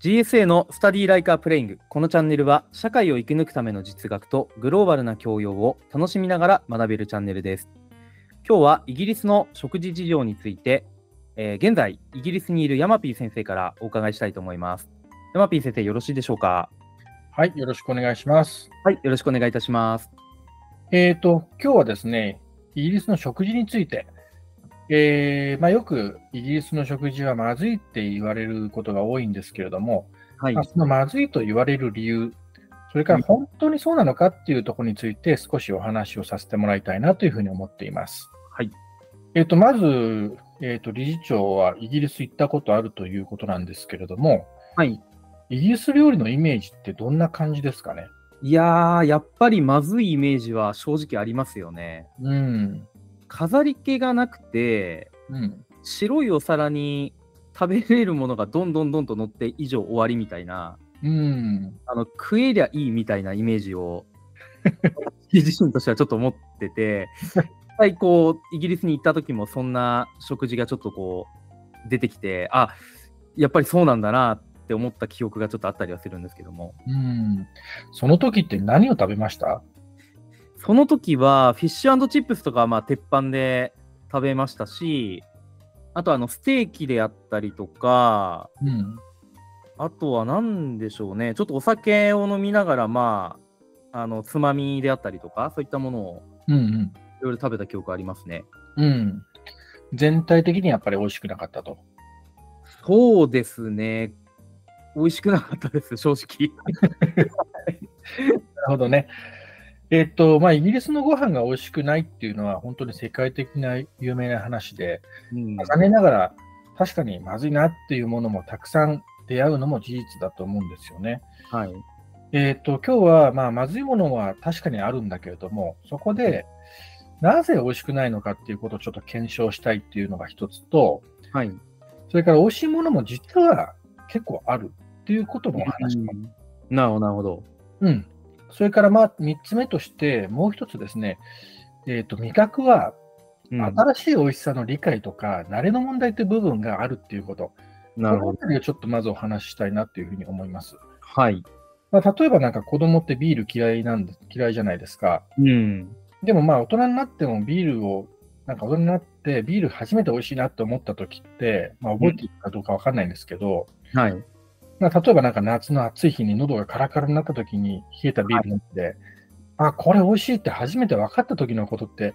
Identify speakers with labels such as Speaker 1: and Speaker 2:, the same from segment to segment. Speaker 1: GSA のスタディーライカープレイングこのチャンネルは社会を生き抜くための実学とグローバルな教養を楽しみながら学べるチャンネルです今日はイギリスの食事事情について、えー現在イギリスにいるヤマピー先生からお伺いしたいと思いますヤマピー先生よろしいでしょうか
Speaker 2: はい、よろしくお願いします。
Speaker 1: はいよろしくお願いいたします
Speaker 2: えっ、と、今日はですね、イギリスの食事について、えーまあ、よくイギリスの食事はまずいって言われることが多いんですけれども、
Speaker 1: はい
Speaker 2: まあ、そのまずいと言われる理由、それから本当にそうなのかっていうところについて少しお話をさせてもらいたいなというふうに思っています。
Speaker 1: はい。
Speaker 2: えっ、と、まず、えっ、と、理事長はイギリス行ったことあるということなんですけれども、
Speaker 1: はい
Speaker 2: イギリス料理のイメージってどんな感じですかね
Speaker 1: いやーやっぱりまずいイメージは正直ありますよね
Speaker 2: うん。
Speaker 1: 飾り気がなくて
Speaker 2: うん。
Speaker 1: 白いお皿に食べれるものがどんどんどんと乗って以上終わりみたいな
Speaker 2: うん。
Speaker 1: あの食えりゃいいみたいなイメージを私自身としてはちょっと思ってて実際こうイギリスに行った時もそんな食事がちょっとこう出てきてあやっぱりそうなんだなって思った記憶がちょっとあったりはするんですけども
Speaker 2: うんその時って何を食べました
Speaker 1: その時はフィッシュチップスとかはまあ鉄板で食べましたしあとあのステーキであったりとか
Speaker 2: うん。
Speaker 1: あとは何でしょうね、ちょっとお酒を飲みながら、まあ、あのつまみであったりとか、そういったものを
Speaker 2: うん
Speaker 1: いろいろ食べた記憶ありますね。
Speaker 2: うん。うん。全体的にやっぱり美味しくなかったと。
Speaker 1: そうですね、美味しくなかったです、正直。
Speaker 2: なるほどね。えっと、まあ、イギリスのご飯が美味しくないっていうのは本当に世界的な有名な話で、
Speaker 1: うん
Speaker 2: まあ残念ながら確かにまずいなっていうものもたくさん出会うのも事実だと思うんですよね。
Speaker 1: はい、
Speaker 2: えっと、今日は、まあ、まずいものは確かにあるんだけれども、そこで、なぜ美味しくないのかっていうことをちょっと検証したいっていうのが一つと、
Speaker 1: はい、
Speaker 2: それから美味しいものも実は結構あるっていうこともお話します。
Speaker 1: なるほど、なるほど。
Speaker 2: うん。それからまあ3つ目として、もう一つですね、えっ、と、味覚は
Speaker 1: うん
Speaker 2: 新しい美味しさの理解とか、慣れの問題という部分があるっていうこと。
Speaker 1: なるほ
Speaker 2: この
Speaker 1: ど。
Speaker 2: 辺りをちょっとまずお話ししたいなっていうふうに思います。
Speaker 1: はい。
Speaker 2: まあ、例えばなんか子供ってビール嫌いなんで、嫌いじゃないですか。
Speaker 1: うん。
Speaker 2: でもまあ大人になってもビールを、なんか大人になってビール初めて美味しいなって思った時って、まあ覚えているかどうかわかんないんですけど、
Speaker 1: はい。
Speaker 2: まあ、例えばなんか夏の暑い日に喉がカラカラになった時に冷えたビール飲んで、あ、これ美味しいって初めて分かった時のことって、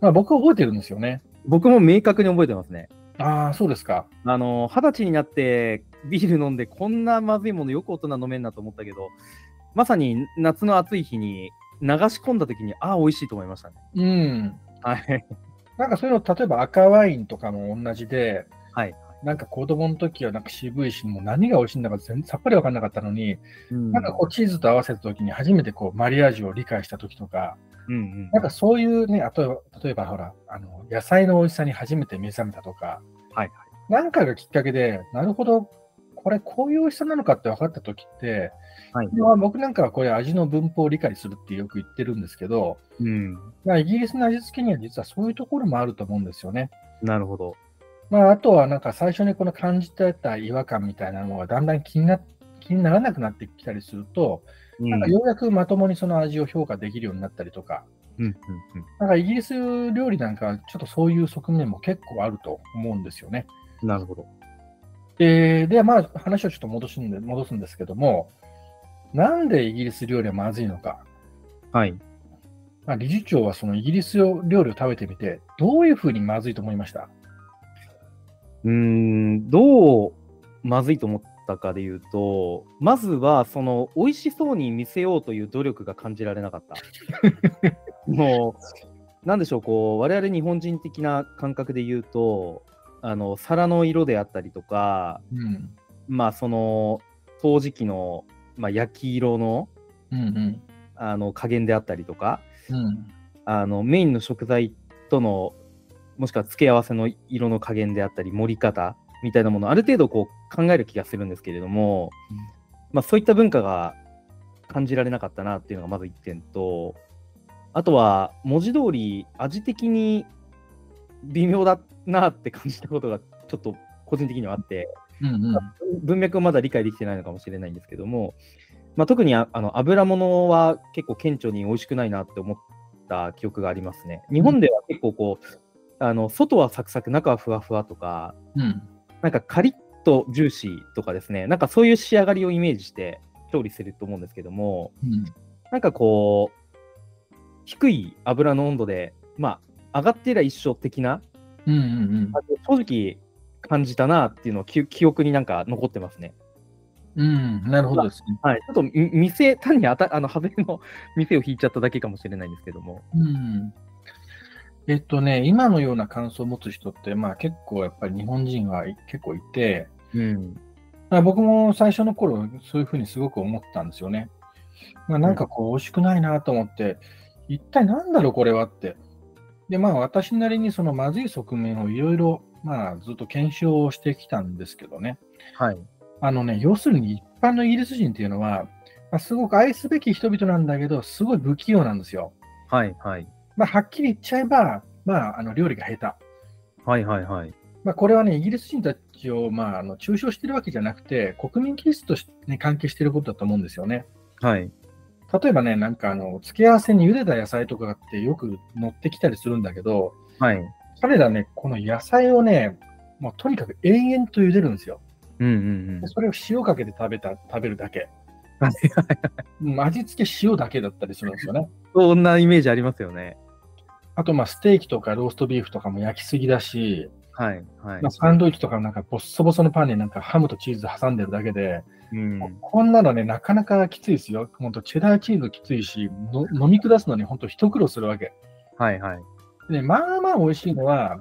Speaker 2: まあ、僕は覚えてるんですよね。
Speaker 1: 僕も明確に覚えてますね。
Speaker 2: ああ、そうですか。
Speaker 1: あの二十歳になってビール飲んでこんなまずいものよく大人飲めんなと思ったけどまさに夏の暑い日に流し込んだ時にああ美味しいと思いましたね
Speaker 2: うん。
Speaker 1: はい
Speaker 2: なんかそういうの、例えば赤ワインとかも同じで、
Speaker 1: はい、
Speaker 2: なんか子供の時はなんか渋いし、もう何が美味しいんだか全さっぱり分かんなかったのに、
Speaker 1: うん
Speaker 2: なんかこうチーズと合わせた時に初めてこうマリアージュを理解した時とか、
Speaker 1: うんうん
Speaker 2: なんかそういうね、あと例えばほら、あの野菜の美味しさに初めて目覚めたとか、
Speaker 1: はいはい
Speaker 2: 何かがきっかけで、なるほど、これこういう美味しさなのかって分かった時って、
Speaker 1: はい
Speaker 2: まあ僕なんかはこれ味の分布を理解するってよく言ってるんですけど、
Speaker 1: うん
Speaker 2: まあ、イギリスの味付けには実はそういうところもあると思うんですよね。
Speaker 1: なるほど
Speaker 2: まあ、あとはなんか最初にこの感じてた違和感みたいなのがだんだん気にな気にならなくなってきたりすると、
Speaker 1: うんう
Speaker 2: なん
Speaker 1: ん
Speaker 2: かようやくまともにその味を評価できるようになったりとか、
Speaker 1: うん
Speaker 2: なんかイギリス料理なんかはちょっとそういう側面も結構あると思うんですよね。
Speaker 1: うんなるほど
Speaker 2: えーで、まあ、話をちょっと戻すんで戻すんですけども、なんでイギリス料理はまずいのか、
Speaker 1: はい
Speaker 2: まあ、理事長はそのイギリス料理を食べてみて、どういうふうにまずいと思いました
Speaker 1: うーんどうまずいと思ったかで言うとまずはその美味しそうに見せようという努力が感じられなかったもうなんでしょうこう我々日本人的な感覚で言うとあの皿の色であったりとか
Speaker 2: うん。
Speaker 1: まあその陶磁器の、まあ、焼き色の
Speaker 2: うん
Speaker 1: あの加減であったりとか
Speaker 2: うん。うん。
Speaker 1: あのメインの食材とのもしくは付け合わせの色の加減であったり盛り方みたいなものある程度こう考える気がするんですけれども、
Speaker 2: うん
Speaker 1: まあ、そういった文化が感じられなかったなっていうのがまず1点とあとは文字通り味的に微妙だなって感じたことがちょっと個人的にはあって
Speaker 2: うんうん。
Speaker 1: 文脈をまだ理解できてないのかもしれないんですけども、まあ、特にああの油物は結構顕著に美味しくないなって思った記憶がありますね。日本では結構こう、あの外はサクサク、中はふわふわとか、
Speaker 2: うん。
Speaker 1: なんかカリッとジューシーとかですね、なんかそういう仕上がりをイメージして調理すると思うんですけども、
Speaker 2: うん。
Speaker 1: なんかこう、低い油の温度で、まあ、上がってりゃ一緒的な
Speaker 2: うんうん
Speaker 1: あの正直感じたなっていうのを記記憶になんか残ってますね。
Speaker 2: うん。うん。なるほどですね。
Speaker 1: はい、ちょっとみ店、単にあたあの派手の 店を引いちゃっただけかもしれないんですけども。
Speaker 2: うん。えっとね、今のような感想を持つ人って、まあ結構やっぱり日本人はい結構いて、
Speaker 1: うん、
Speaker 2: まあ僕も最初の頃、そういうふうにすごく思ったんですよね。まあ、なんかこう、美味しくないなと思って、一体なんだろう、これはって。で、まあ私なりにそのまずい側面をいろいろ、まあずっと検証をしてきたんですけどね。
Speaker 1: はい。
Speaker 2: あのね、要するに一般のイギリス人っていうのは、まあ、すごく愛すべき人々なんだけど、すごい不器用なんですよ。
Speaker 1: はい、はい。
Speaker 2: まあ、はっきり言っちゃえば、まあ、あの料理が下手。
Speaker 1: はい、はい、はい。
Speaker 2: まあ、これはね、イギリス人たちを、まあ、あの中傷してるわけじゃなくて、国民キリストに関係していることだと思うんですよね。
Speaker 1: はい。
Speaker 2: 例えばね、なんかあの、付け合わせに茹でた野菜とかってよく乗ってきたりするんだけど、
Speaker 1: はい。
Speaker 2: 彼らね、この野菜をね、もうとにかく延々と茹でるんですよ。
Speaker 1: うん、うん、うん
Speaker 2: で。それを塩かけて食べた食べるだけ。
Speaker 1: はい
Speaker 2: うん味付け塩だけだったりするんですよね。
Speaker 1: そんなイメージありますよね。
Speaker 2: あと、まあ、ステーキとかローストビーフとかも焼きすぎだし、
Speaker 1: はい、はい
Speaker 2: まあ、。サンドイッチとかなんかボッソボソのパンになんかハムとチーズ挟んでるだけで、
Speaker 1: うん、
Speaker 2: こんなのね、なかなかきついですよ。本当チェダーチーズきついし、の飲み下すのに本当一苦労するわけ。
Speaker 1: はい、はい。
Speaker 2: で、まあまあ美味しいのは、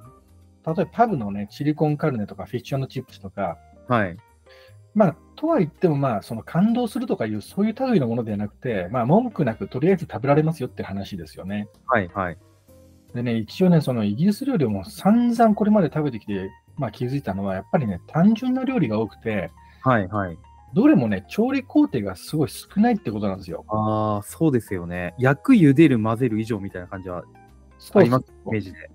Speaker 2: 例えばパブのね、チリコンカルネとかフィッシュチップスとか、
Speaker 1: はい。
Speaker 2: まあ、とは言っても、まあ、その感動するとかいう、そういう類のものではなくて、まあ、文句なくとりあえず食べられますよって話ですよね。
Speaker 1: はい、はい。
Speaker 2: でね、一応ね、そのイギリス料理をもう散々これまで食べてきて、まあ、気づいたのは、やっぱりね、単純な料理が多くて、
Speaker 1: はい、はい。
Speaker 2: どれもね、調理工程がすごい少ないってことなんですよ。
Speaker 1: ああ、そうですよね。焼く、茹でる、混ぜる以上みたいな感じはあ
Speaker 2: そう
Speaker 1: り
Speaker 2: そ
Speaker 1: ま
Speaker 2: う
Speaker 1: す、イメージで。
Speaker 2: 例え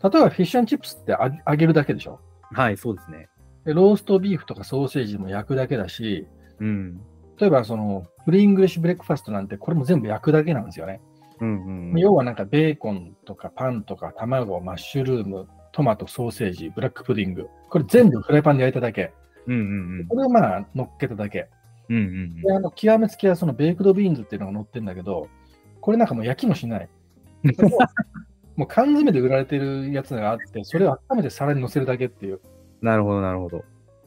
Speaker 2: ば、フィッシュチップスってあ揚げるだけでしょ
Speaker 1: はい、そうですね。
Speaker 2: で。ローストビーフとかソーセージも焼くだけだし、
Speaker 1: うん。
Speaker 2: 例えば、その、フリーイングリッシュブレックファストなんて、これも全部焼くだけなんですよね。
Speaker 1: うん、うんうん。
Speaker 2: 要はなんかベーコンとかパンとか卵、マッシュルーム、トマト、ソーセージ、ブラックプディング。これ全部フライパンで焼いただけ。
Speaker 1: うん、うん、うん
Speaker 2: これをまあ乗っけただけ。
Speaker 1: うんうん
Speaker 2: で、あの極めつけはそのベイクドビーンズっていうのが乗ってんだけど、これなんかもう焼きも しない。
Speaker 1: うん。
Speaker 2: もうもう缶詰で売られてるやつがあって、それを温めて皿に乗せるだけっていう。
Speaker 1: なるほど、なるほど。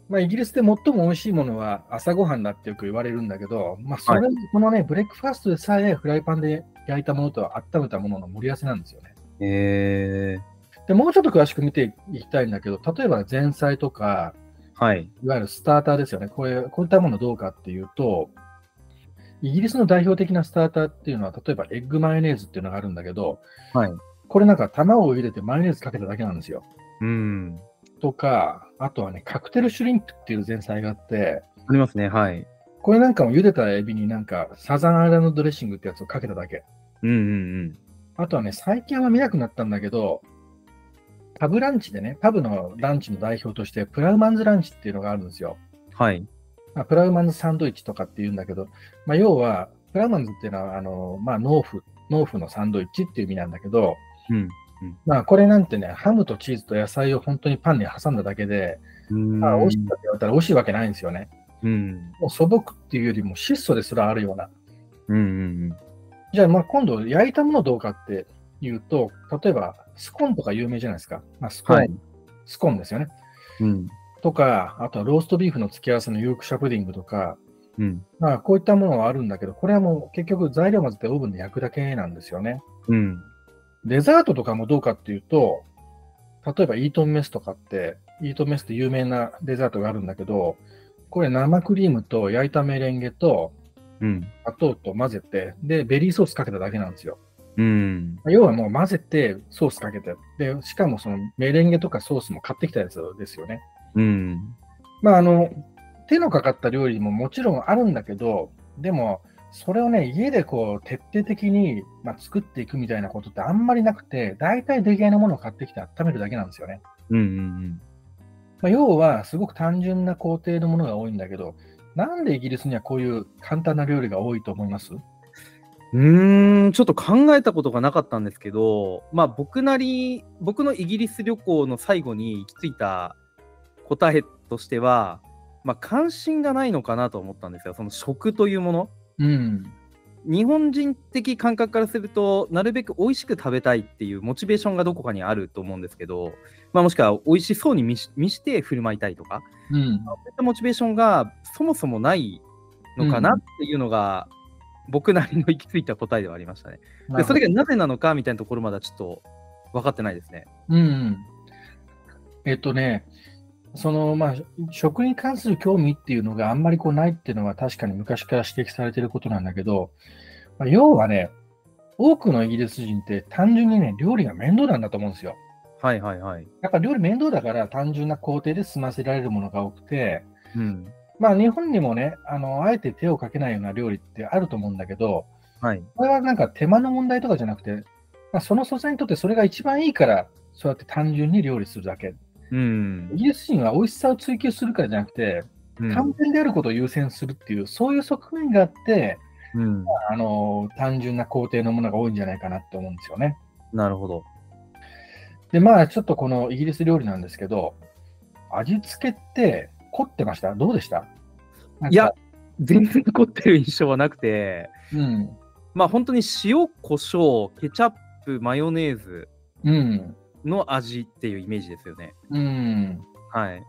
Speaker 2: まあ、イギリスで最も美味しいものは朝ごはんだってよく言われるんだけど、まあ、それ、
Speaker 1: は
Speaker 2: このね、ブレックファーストでさえフライパンで焼いたものと温めたものの盛り合わせなんですよね。
Speaker 1: へえ
Speaker 2: でもうちょっと詳しく見ていきたいんだけど、例えば前菜とか、
Speaker 1: はい。
Speaker 2: いわゆるスターターですよね。これこういったものどうかっていうと、イギリスの代表的なスターターっていうのは、例えばエッグマヨネーズっていうのがあるんだけど、
Speaker 1: はい
Speaker 2: これなんか卵を入れてマヨネーズかけただけなんですよ。
Speaker 1: うん。
Speaker 2: とか、あとはね、カクテルシュリンプっていう前菜があって、
Speaker 1: ありますね、はい。
Speaker 2: これなんかも茹でたエビになんかサザンアイランドドレッシングってやつをかけただけ。
Speaker 1: うんうん
Speaker 2: あとはね、最近は見なくなったんだけど、パブランチでね、パブのランチの代表として、プラウマンズランチっていうのがあるんですよ。
Speaker 1: うん。はい。
Speaker 2: まあ、プラウマンズサンドイッチとかっていうんだけど、まあ、要は、プラウマンズっていうのは、あの、まあ、農夫、農夫のサンドイッチっていう意味なんだけど、
Speaker 1: うん。
Speaker 2: まあ、これなんてね、ハムとチーズと野菜を本当にパンに挟んだだけで、
Speaker 1: うん
Speaker 2: まあ、美味しいかって言われたら美味しいわけないんですよね。
Speaker 1: うん。
Speaker 2: もう素朴っていうよりも質素ですらあるような。
Speaker 1: うんうん
Speaker 2: じゃあ、まあ、今度、焼いたものどうかっていうと、例えば、スコーンとか有名じゃないですか。まあ、スコーン、
Speaker 1: はい
Speaker 2: スコーンですよね。
Speaker 1: うん。うん。
Speaker 2: とか、あとはローストビーフの付け合わせのヨークシャプディングとか、
Speaker 1: うん。
Speaker 2: まあ、こういったものはあるんだけど、これはもう結局材料混ぜてオーブンで焼くだけなんですよね。
Speaker 1: うん。
Speaker 2: デザートとかもどうかっていうと、例えばイートンメスとかって、イートンメスって有名なデザートがあるんだけど、これ生クリームと焼いたメレンゲと
Speaker 1: うん。
Speaker 2: 砂糖と混ぜて、で、ベリーソースかけただけなんですよ。
Speaker 1: うん。
Speaker 2: 要はもう混ぜて、ソースかけて、で、しかもそのメレンゲとかソースも買ってきたやつですよね。
Speaker 1: うん。
Speaker 2: まあ、あの、手のかかった料理ももちろんあるんだけど、でも、それをね、家でこう、徹底的に、まあ、作っていくみたいなことってあんまりなくて、大体出来合いのものを買ってきて温めるだけなんですよね。
Speaker 1: うん。
Speaker 2: まあ、要は、すごく単純な工程のものが多いんだけど、なんでイギリスにはこういう簡単な料理が多いと思います
Speaker 1: うーん、ちょっと考えたことがなかったんですけど、まあ僕なり、僕のイギリス旅行の最後に行き着いた答えとしては、まあ関心がないのかなと思ったんですよ。その食というもの。
Speaker 2: うん。
Speaker 1: 日本人的感覚からすると、なるべく美味しく食べたいっていうモチベーションがどこかにあると思うんですけど、まあもしくは美味しそうに見し見して振る舞いたいとか、
Speaker 2: う
Speaker 1: そ
Speaker 2: ん。
Speaker 1: ういったモチベーションがそもそもないのかな
Speaker 2: うん
Speaker 1: っていうのが、僕なりの行き着いた答えではありましたね。
Speaker 2: なる
Speaker 1: で
Speaker 2: ほ
Speaker 1: そ
Speaker 2: ど
Speaker 1: れがなぜなのかみたいなところまだちょっと分かってないですね。
Speaker 2: うん。えっとね、その、まあ、食に関する興味っていうのがあんまりこうないっていうのは確かに昔から指摘されてることなんだけど、まあ、要はね、多くのイギリス人って単純にね、料理が面倒なんだと思うんですよ。
Speaker 1: はいはいはい。
Speaker 2: やっぱ料理面倒だから単純な工程で済ませられるものが多くて、
Speaker 1: うん。
Speaker 2: まあ日本にもね、あの、あえて手をかけないような料理ってあると思うんだけど、
Speaker 1: はい。
Speaker 2: これはなんか手間の問題とかじゃなくて、まあ、その素材にとってそれが一番いいから、そうやって単純に料理するだけ
Speaker 1: うん
Speaker 2: イ。ギリス人は美味しさを追求するからじゃなくて、
Speaker 1: うん
Speaker 2: 完全であることを優先するっていう、そういう側面があって、
Speaker 1: うん
Speaker 2: あの単純な工程のものが多いんじゃないかなって思うんですよね。
Speaker 1: なるほど。
Speaker 2: で、まあ、ちょっとこのイギリス料理なんですけど、味付けって凝ってましたどうでした
Speaker 1: いや、、全然凝ってる印象はなくて、
Speaker 2: なんか
Speaker 1: まあ本当に塩、胡椒、ケチャップ、マヨネーズ
Speaker 2: うん、うん、
Speaker 1: の味っていうイメージですよね。
Speaker 2: うん。
Speaker 1: はい。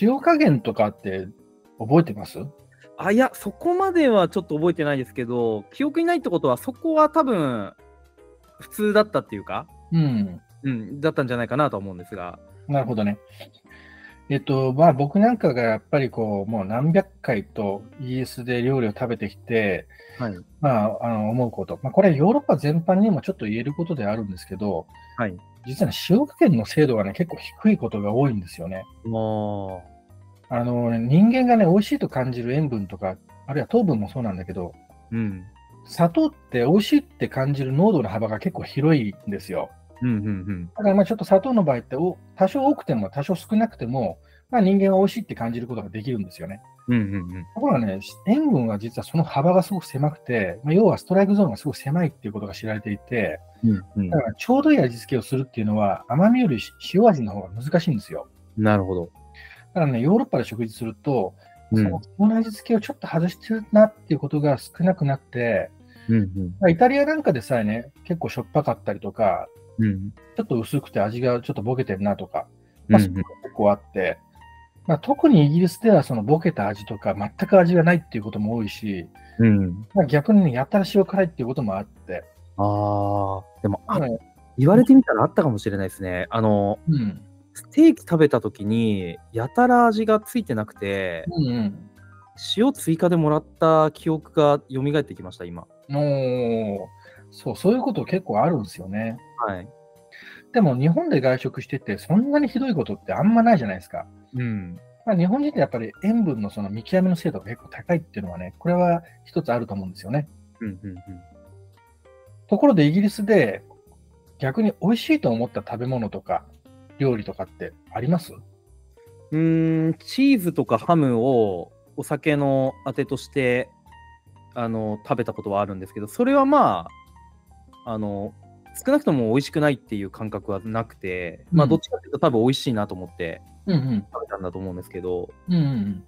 Speaker 2: 塩加減とかって覚えてます
Speaker 1: あ、いや、そこまではちょっと覚えてないですけど、記憶にないってことは、そこは多分、普通だったっていうか、
Speaker 2: うん。
Speaker 1: うん、だったんじゃないかなと思うんですが。
Speaker 2: なるほどね。えっと、まあ僕なんかがやっぱりこう、もう何百回とイギリスで料理を食べてきて、
Speaker 1: はい。
Speaker 2: まあ、あの思うこと、まあ、これはヨーロッパ全般にもちょっと言えることであるんですけど、
Speaker 1: はい
Speaker 2: 実は、ね、塩加減の精度がね、結構低いことが多いんですよね。
Speaker 1: も
Speaker 2: あのね人間がね、美味しいと感じる塩分とか、あるいは糖分もそうなんだけど、
Speaker 1: う、うん。
Speaker 2: 砂糖って美味しいって感じる濃度の幅が結構広いんですよ。
Speaker 1: うんうんうん。
Speaker 2: だからまあちょっと砂糖の場合ってお多少多くても多少少なくても、まあ、人間は美味しいって感じることができるんですよね。
Speaker 1: うんうんうん。
Speaker 2: ところがね、塩分は実はその幅がすごく狭くて、まあ、要はストライクゾーンがすごく狭いっていうことが知られていて、
Speaker 1: うん
Speaker 2: だからちょうどいい味付けをするっていうのは、甘みより塩味の方が難しいんですよ。
Speaker 1: なるほど。
Speaker 2: だからね、ヨーロッパで食事すると、
Speaker 1: う
Speaker 2: そ
Speaker 1: ん
Speaker 2: のこの味付けをちょっと外してるなっていうことが少なくなって、
Speaker 1: うん
Speaker 2: まあイタリアなんかでさえね、結構しょっぱかったりとか、
Speaker 1: うんうん
Speaker 2: ちょっと薄くて味がちょっとボケてるなとか、
Speaker 1: う
Speaker 2: まあ、そうんいうのが結構あって、まあ、特にイギリスではそのボケた味とか、全く味がないっていうことも多いし、
Speaker 1: うん。
Speaker 2: まあ、逆にね、やたら塩辛いっていうこともあって、
Speaker 1: ああ、でもあ
Speaker 2: だからね
Speaker 1: 言われてみたらあったかもしれないですね。あの、
Speaker 2: うん、
Speaker 1: ステーキ食べた時に、やたら味がついてなくて、
Speaker 2: うん、うん。
Speaker 1: 塩追加でもらった記憶が蘇ってきました、今。
Speaker 2: おーそう、そういうこと結構あるんですよね。
Speaker 1: はい。
Speaker 2: でも日本で外食してて、そんなにひどいことってあんまないじゃないですか。
Speaker 1: うん。
Speaker 2: まあ、日本人ってやっぱり塩分のその見極めの精度が結構高いっていうのはね、これは一つあると思うんですよね。
Speaker 1: うんうん
Speaker 2: ところでイギリスで逆に美味しいと思った食べ物とか料理とかってあります
Speaker 1: うん。うーん、チーズとかハムをお酒のあてとして、あの、食べたことはあるんですけど、それはまあ、あの、少なくとも美味しくないっていう感覚はなくて、まあ、
Speaker 2: うん
Speaker 1: どっちかっていうと多分美味しいなと思って
Speaker 2: うんうん。
Speaker 1: 食べたんだと思うんですけど、
Speaker 2: うんうんうん、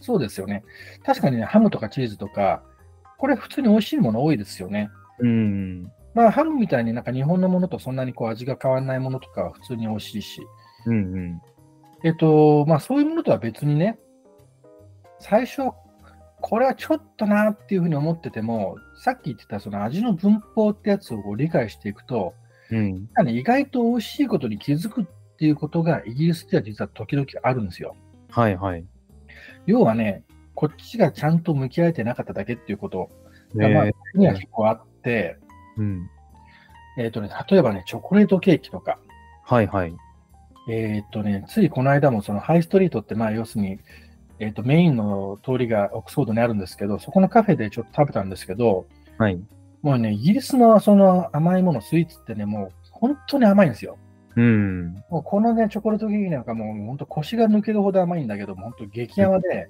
Speaker 2: そうですよね。確かにね、ハムとかチーズとか、これ普通に美味しいもの多いですよね。
Speaker 1: うん。
Speaker 2: まあ、ハムみたいになんか日本のものとそんなにこう味が変わらないものとかは普通に美味しいし、
Speaker 1: うんうん。
Speaker 2: えっと、まあそういうものとは別にね、最初、これはちょっとなっていうふうに思ってても、さっき言ってたその味の文法ってやつをこう理解していくと、
Speaker 1: うん。
Speaker 2: 意外と美味しいことに気づくっていうことがイギリスでは実は時々あるんですよ。
Speaker 1: はいはい。
Speaker 2: 要はね、こっちがちゃんと向き合えてなかっただけっていうことが、まあ
Speaker 1: ね、
Speaker 2: 僕には結構あって、
Speaker 1: うん。
Speaker 2: えっとね、例えばね、チョコレートケーキとか、
Speaker 1: はいはい。
Speaker 2: えーっとね、ついこの間もそのハイストリートって、まあ、要するに、えーっとメインの通りがオックスフォードにあるんですけど、そこのカフェでちょっと食べたんですけど、
Speaker 1: はい。
Speaker 2: もうね、イギリスのその甘いもの、スイーツってね、もう本当に甘いんですよ。
Speaker 1: うん。
Speaker 2: もうこのね、チョコレートケーキなんかもう本当腰が抜けるほど甘いんだけど、本当激甘で、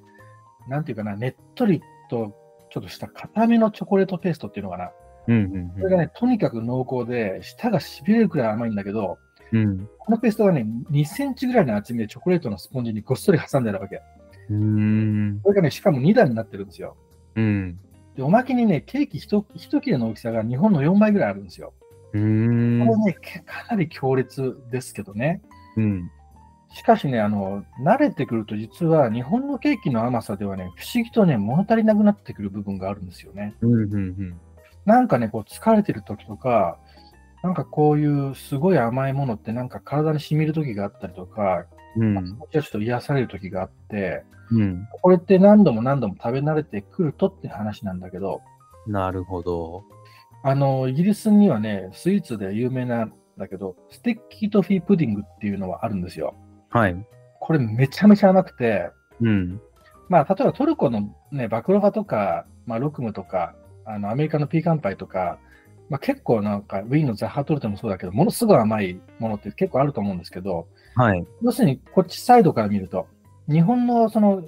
Speaker 2: なんていうかな、ねっとりとちょっとした固めのチョコレートペーストっていうのかな。
Speaker 1: うんうん
Speaker 2: それがね、とにかく濃厚で、舌がしびれるくらい甘いんだけど、
Speaker 1: うん。
Speaker 2: このペーストがね、2センチぐらいの厚みでチョコレートのスポンジにごっそり挟んであるわけ。
Speaker 1: うん。
Speaker 2: これがね、しかも2段になってるんですよ。
Speaker 1: うん。
Speaker 2: で、おまけにね、ケーキ一一切れの大きさが日本の4倍ぐらいあるんですよ。
Speaker 1: うん。
Speaker 2: これね、けかなり強烈ですけどね。
Speaker 1: うん。
Speaker 2: しかしね、あの、慣れてくると実は日本のケーキの甘さではね、不思議とね、物足りなくなってくる部分があるんですよね。
Speaker 1: うん。うん。
Speaker 2: なんかね、こう疲れてる時とか、なんかこういうすごい甘いものってなんか体に染みる時があったりとか、
Speaker 1: うん。
Speaker 2: ちょっと癒される時があって、
Speaker 1: うん。
Speaker 2: これって何度も何度も食べ慣れてくるとって話なんだけど、
Speaker 1: なるほど。
Speaker 2: あの、イギリスにはね、スイーツで有名なんだけど、ステッキトフィープディングっていうのはあるんですよ。
Speaker 1: はい。
Speaker 2: これめちゃめちゃ甘くて、
Speaker 1: うん。
Speaker 2: まあ、例えばトルコの、ね、バクロファとか、まあ、ロクムとか、あのアメリカのピーカンパイとか、まあ、結構なんか、ウィーンのザッハトルテもそうだけど、ものすごい甘いものって結構あると思うんですけど、
Speaker 1: はい。
Speaker 2: 要するにこっちサイドから見ると、日本のその、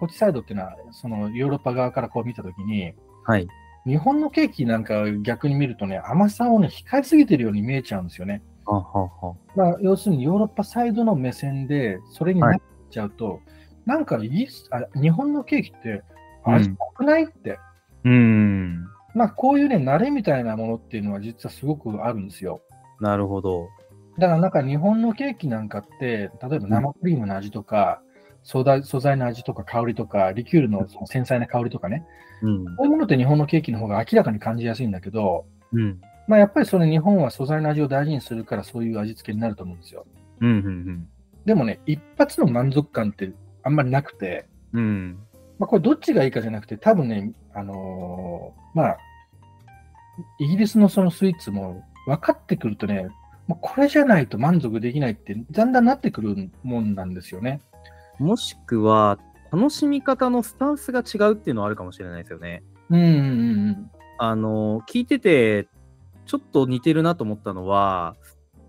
Speaker 2: こっちサイドっていうのは、そのヨーロッパ側からこう見たときに、
Speaker 1: はい。
Speaker 2: 日本のケーキなんか逆に見るとね、甘さをね、控えすぎてるように見えちゃうんですよね。
Speaker 1: あはは。
Speaker 2: まあ、要するにヨーロッパサイドの目線で、それになっちゃうと、なんかイギリスあ日本のケーキって味なくないって、
Speaker 1: うん。
Speaker 2: まあ、こういうね、慣れみたいなものっていうのは実はすごくあるんですよ。
Speaker 1: なるほど。
Speaker 2: だからなんか日本のケーキなんかって、例えば生クリームの味とか、素材素材の味とか香りとか、リキュールのその繊細な香りとかね、
Speaker 1: うん。
Speaker 2: こういうものって日本のケーキの方が明らかに感じやすいんだけど、
Speaker 1: うん。
Speaker 2: まあ、やっぱりそれ日本は素材の味を大事にするからそういう味付けになると思うんですよ。
Speaker 1: うん。うん。
Speaker 2: でもね、一発の満足感ってあんまりなくて、
Speaker 1: うん。
Speaker 2: まあ、これどっちがいいかじゃなくて、多分ね、あのーまあ、イギリスのそのスイーツも分かってくるとね、もうこれじゃないと満足できないって、だんだんなってくるもんなんですよね。
Speaker 1: もしくは、楽しみ方のスタンスが違うっていうのはあるかもしれないですよね。
Speaker 2: うんうんうん
Speaker 1: あの、聞いてて、ちょっと似てるなと思ったのは、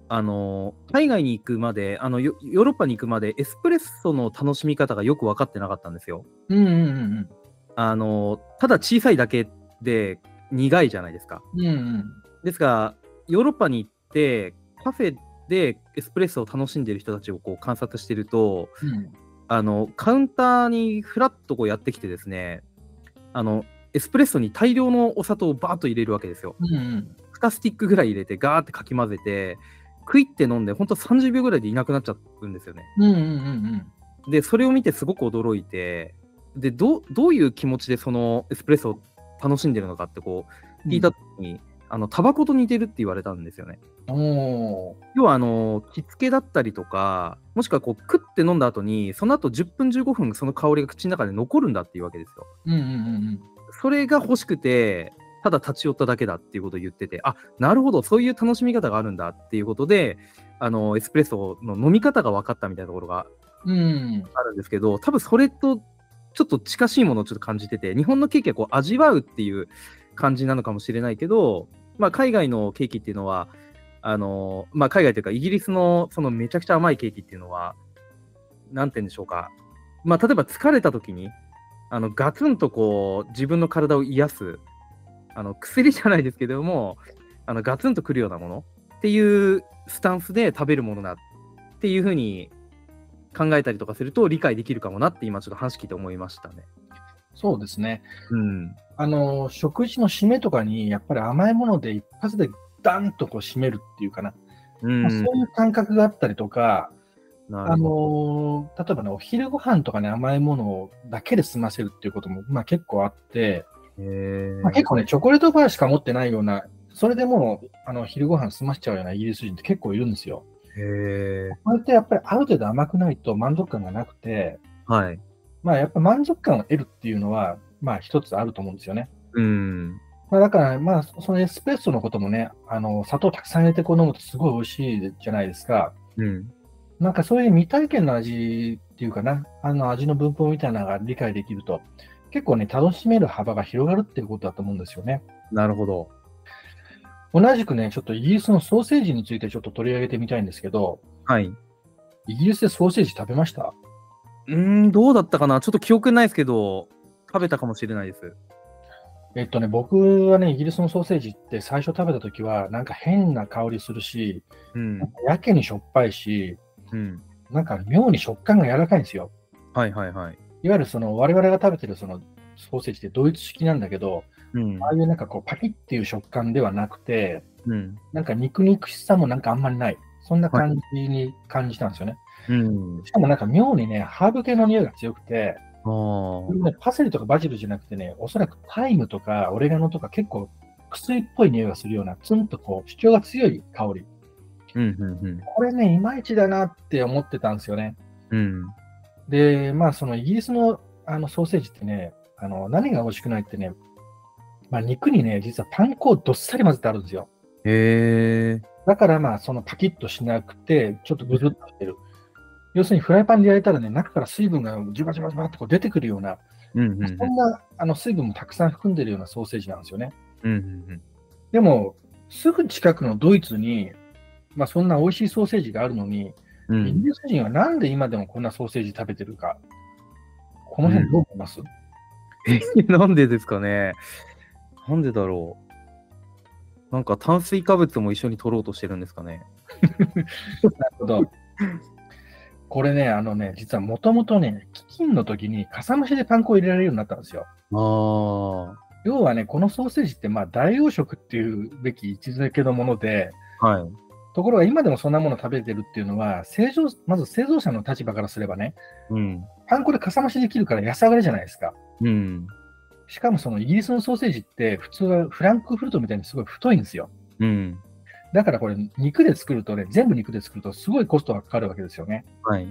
Speaker 1: あの、海外に行くまで、あの、ヨヨーロッパに行くまで、エスプレッソの楽しみ方がよく分かってなかったんですよ。
Speaker 2: うん。うんうんうん
Speaker 1: あの、ただ小さいだけで苦いじゃないですか。
Speaker 2: うん。うんうん。
Speaker 1: ですが、ヨーロッパに行って、カフェでエスプレッソを楽しんでる人たちをこう観察してると、
Speaker 2: うん
Speaker 1: あのカウンターにフラッとこうやってきてですねあのエスプレッソに大量のお砂糖をバーッと入れるわけですよ
Speaker 2: うんうん
Speaker 1: 2スティックぐらい入れてガーってかき混ぜてクイって飲んでほんと30秒ぐらいでいなくなっちゃうんですよね
Speaker 2: うんうんうん
Speaker 1: でそれを見てすごく驚いてでどうどういう気持ちでそのエスプレッソを楽しんでるのかってこ
Speaker 2: う。
Speaker 1: うん聞いた時に、あのタバコと似てるって言われたんですよね
Speaker 2: おー
Speaker 1: 要はあの着付けだったりとかもしくはこう食って飲んだ後にその後10分15分その香りが口の中で残るんだっていうわけですよ
Speaker 2: うんうんうん
Speaker 1: それが欲しくて、ただ立ち寄っただけだっていうことを言ってて、あなるほど、そういう楽しみ方があるんだっていうことで、あのエスプレッソの飲み方が分かったみたいなところが
Speaker 2: うん。うん
Speaker 1: あるんですけど、多分それとちょっと近しいものをちょっと感じてて、日本のケーキはこう味わうっていう感じなのかもしれないけど、まあ、海外のケーキっていうのは、あのまあ、海外というか、イギリスのそのめちゃくちゃ甘いケーキっていうのは、なんて言うんでしょうか、まあ、例えば疲れた時に、あのガツンとこう自分の体を癒す、あの薬じゃないですけども、あのガツンとくるようなものっていうスタンスで食べるものだっていうふうに考えたりとかすると理解できるかもなって今ちょっと話聞いて思いましたね。
Speaker 2: そうですね。
Speaker 1: うん。
Speaker 2: あの食事の締めとかにやっぱり甘いもので一発でダンとこう締めるっていうかな、
Speaker 1: う
Speaker 2: まあそ
Speaker 1: ん
Speaker 2: う。いう感覚があったりとか、
Speaker 1: な
Speaker 2: あ
Speaker 1: るほ
Speaker 2: の例えばねお昼ご飯とかね甘いものだけで済ませるっていうことも、まあ、結構あって、
Speaker 1: ど。へ
Speaker 2: まあ、結構ねチョコレートバーしか持ってないようなそれでもうあの昼ご飯済ませちゃうようなイギリス人って結構いるんですよ。
Speaker 1: え。へえ。
Speaker 2: これってやっぱりある程度甘くないと満足感がなくて、
Speaker 1: はい。
Speaker 2: まあ、やっぱ満足感を得るっていうのは、まあ、一つあると思うんですよね。
Speaker 1: うん。
Speaker 2: まあ、だから、まあ、そのエスプレッソのこともね、あの砂糖たくさん入れてこう飲むとすごい美味しいじゃないですか。
Speaker 1: うん。
Speaker 2: なんかそういう未体験の味っていうかな、あの味の分布みたいなのが理解できると、結構ね、楽しめる幅が広がるっていうことだと思うんですよね。
Speaker 1: なるほど。
Speaker 2: 同じくね、ちょっとイギリスのソーセージについてちょっと取り上げてみたいんですけど、
Speaker 1: はい。
Speaker 2: イギリスでソーセージ食べました
Speaker 1: うーん、どうだったかなちょっと記憶ないですけど、食べたかもしれないです。
Speaker 2: えっとね、僕はね、イギリスのソーセージって最初食べた時は、なんか変な香りするし、
Speaker 1: うん。
Speaker 2: やけにしょっぱいし、
Speaker 1: うん。
Speaker 2: なんか妙に食感が柔らかいんですよ。
Speaker 1: はいはいはい。
Speaker 2: いわゆるその我々が食べてるそのソーセージってドイツ式なんだけど、
Speaker 1: うん
Speaker 2: あ。あいうなんかこうパキッっていう食感ではなくて、
Speaker 1: うん。
Speaker 2: なんか肉肉しさもなんかあんまりない。そんな感じに感じたんですよね。
Speaker 1: うん。
Speaker 2: しかもなんか妙にね、ハーブ系の匂いが強くて、
Speaker 1: ああ
Speaker 2: こ。れねパセリとかバジルじゃなくてね、おそらくタイムとかオレガノとか結構薬っぽい匂いがするような、ツンとこう主張が強い香り。
Speaker 1: うんうん
Speaker 2: これね、いまいちだなって思ってたんですよね。
Speaker 1: うん。うん。
Speaker 2: で、まあ、そのイギリスのあのソーセージってね、あの何が美味しくないってね、まあ、肉にね、実はパン粉をどっさり混ぜてあるんですよ。
Speaker 1: へえ。
Speaker 2: だからまあ、そのパキッとしなくて、ちょっとぐずっとしてる。要するにフライパンで焼いたらね、中から水分がジュバジュバジュバってこう出てくるような、
Speaker 1: うんうん
Speaker 2: そんなあの水分もたくさん含んでるようなソーセージなんですよね。
Speaker 1: うん。うん
Speaker 2: でも、すぐ近くのドイツに、まあ、そんな美味しいソーセージがあるのに、
Speaker 1: うんう
Speaker 2: イ
Speaker 1: ん。
Speaker 2: ギリス人はなんで今でもこんなソーセージ食べてるか、この辺どう思います、
Speaker 1: なんでですかね。なんでだろう。なんか炭水化物も一緒に取ろうとしてるんですかね。
Speaker 2: なるほど。これね、あのね、実はもともとね、飢饉の時にかさ増しでパン粉を入れられるようになったんですよ。
Speaker 1: ああ。は
Speaker 2: 要はね、このソーセージって、まあ、代用食っていうべき位置づけのもので、
Speaker 1: い。
Speaker 2: ところが今でもそんなもの食べてるっていうのは、製造まず製造者の立場からすればね、
Speaker 1: うん。
Speaker 2: パン粉でかさ増しできるから安上がりじゃないですか。
Speaker 1: うん。
Speaker 2: しかもそのイギリスのソーセージって、普通はフランクフルトみたいにすごい太いんですよ。
Speaker 1: うん。
Speaker 2: だからこれ、肉で作るとね、全部肉で作るとすごいコストがかかるわけですよね。
Speaker 1: はい。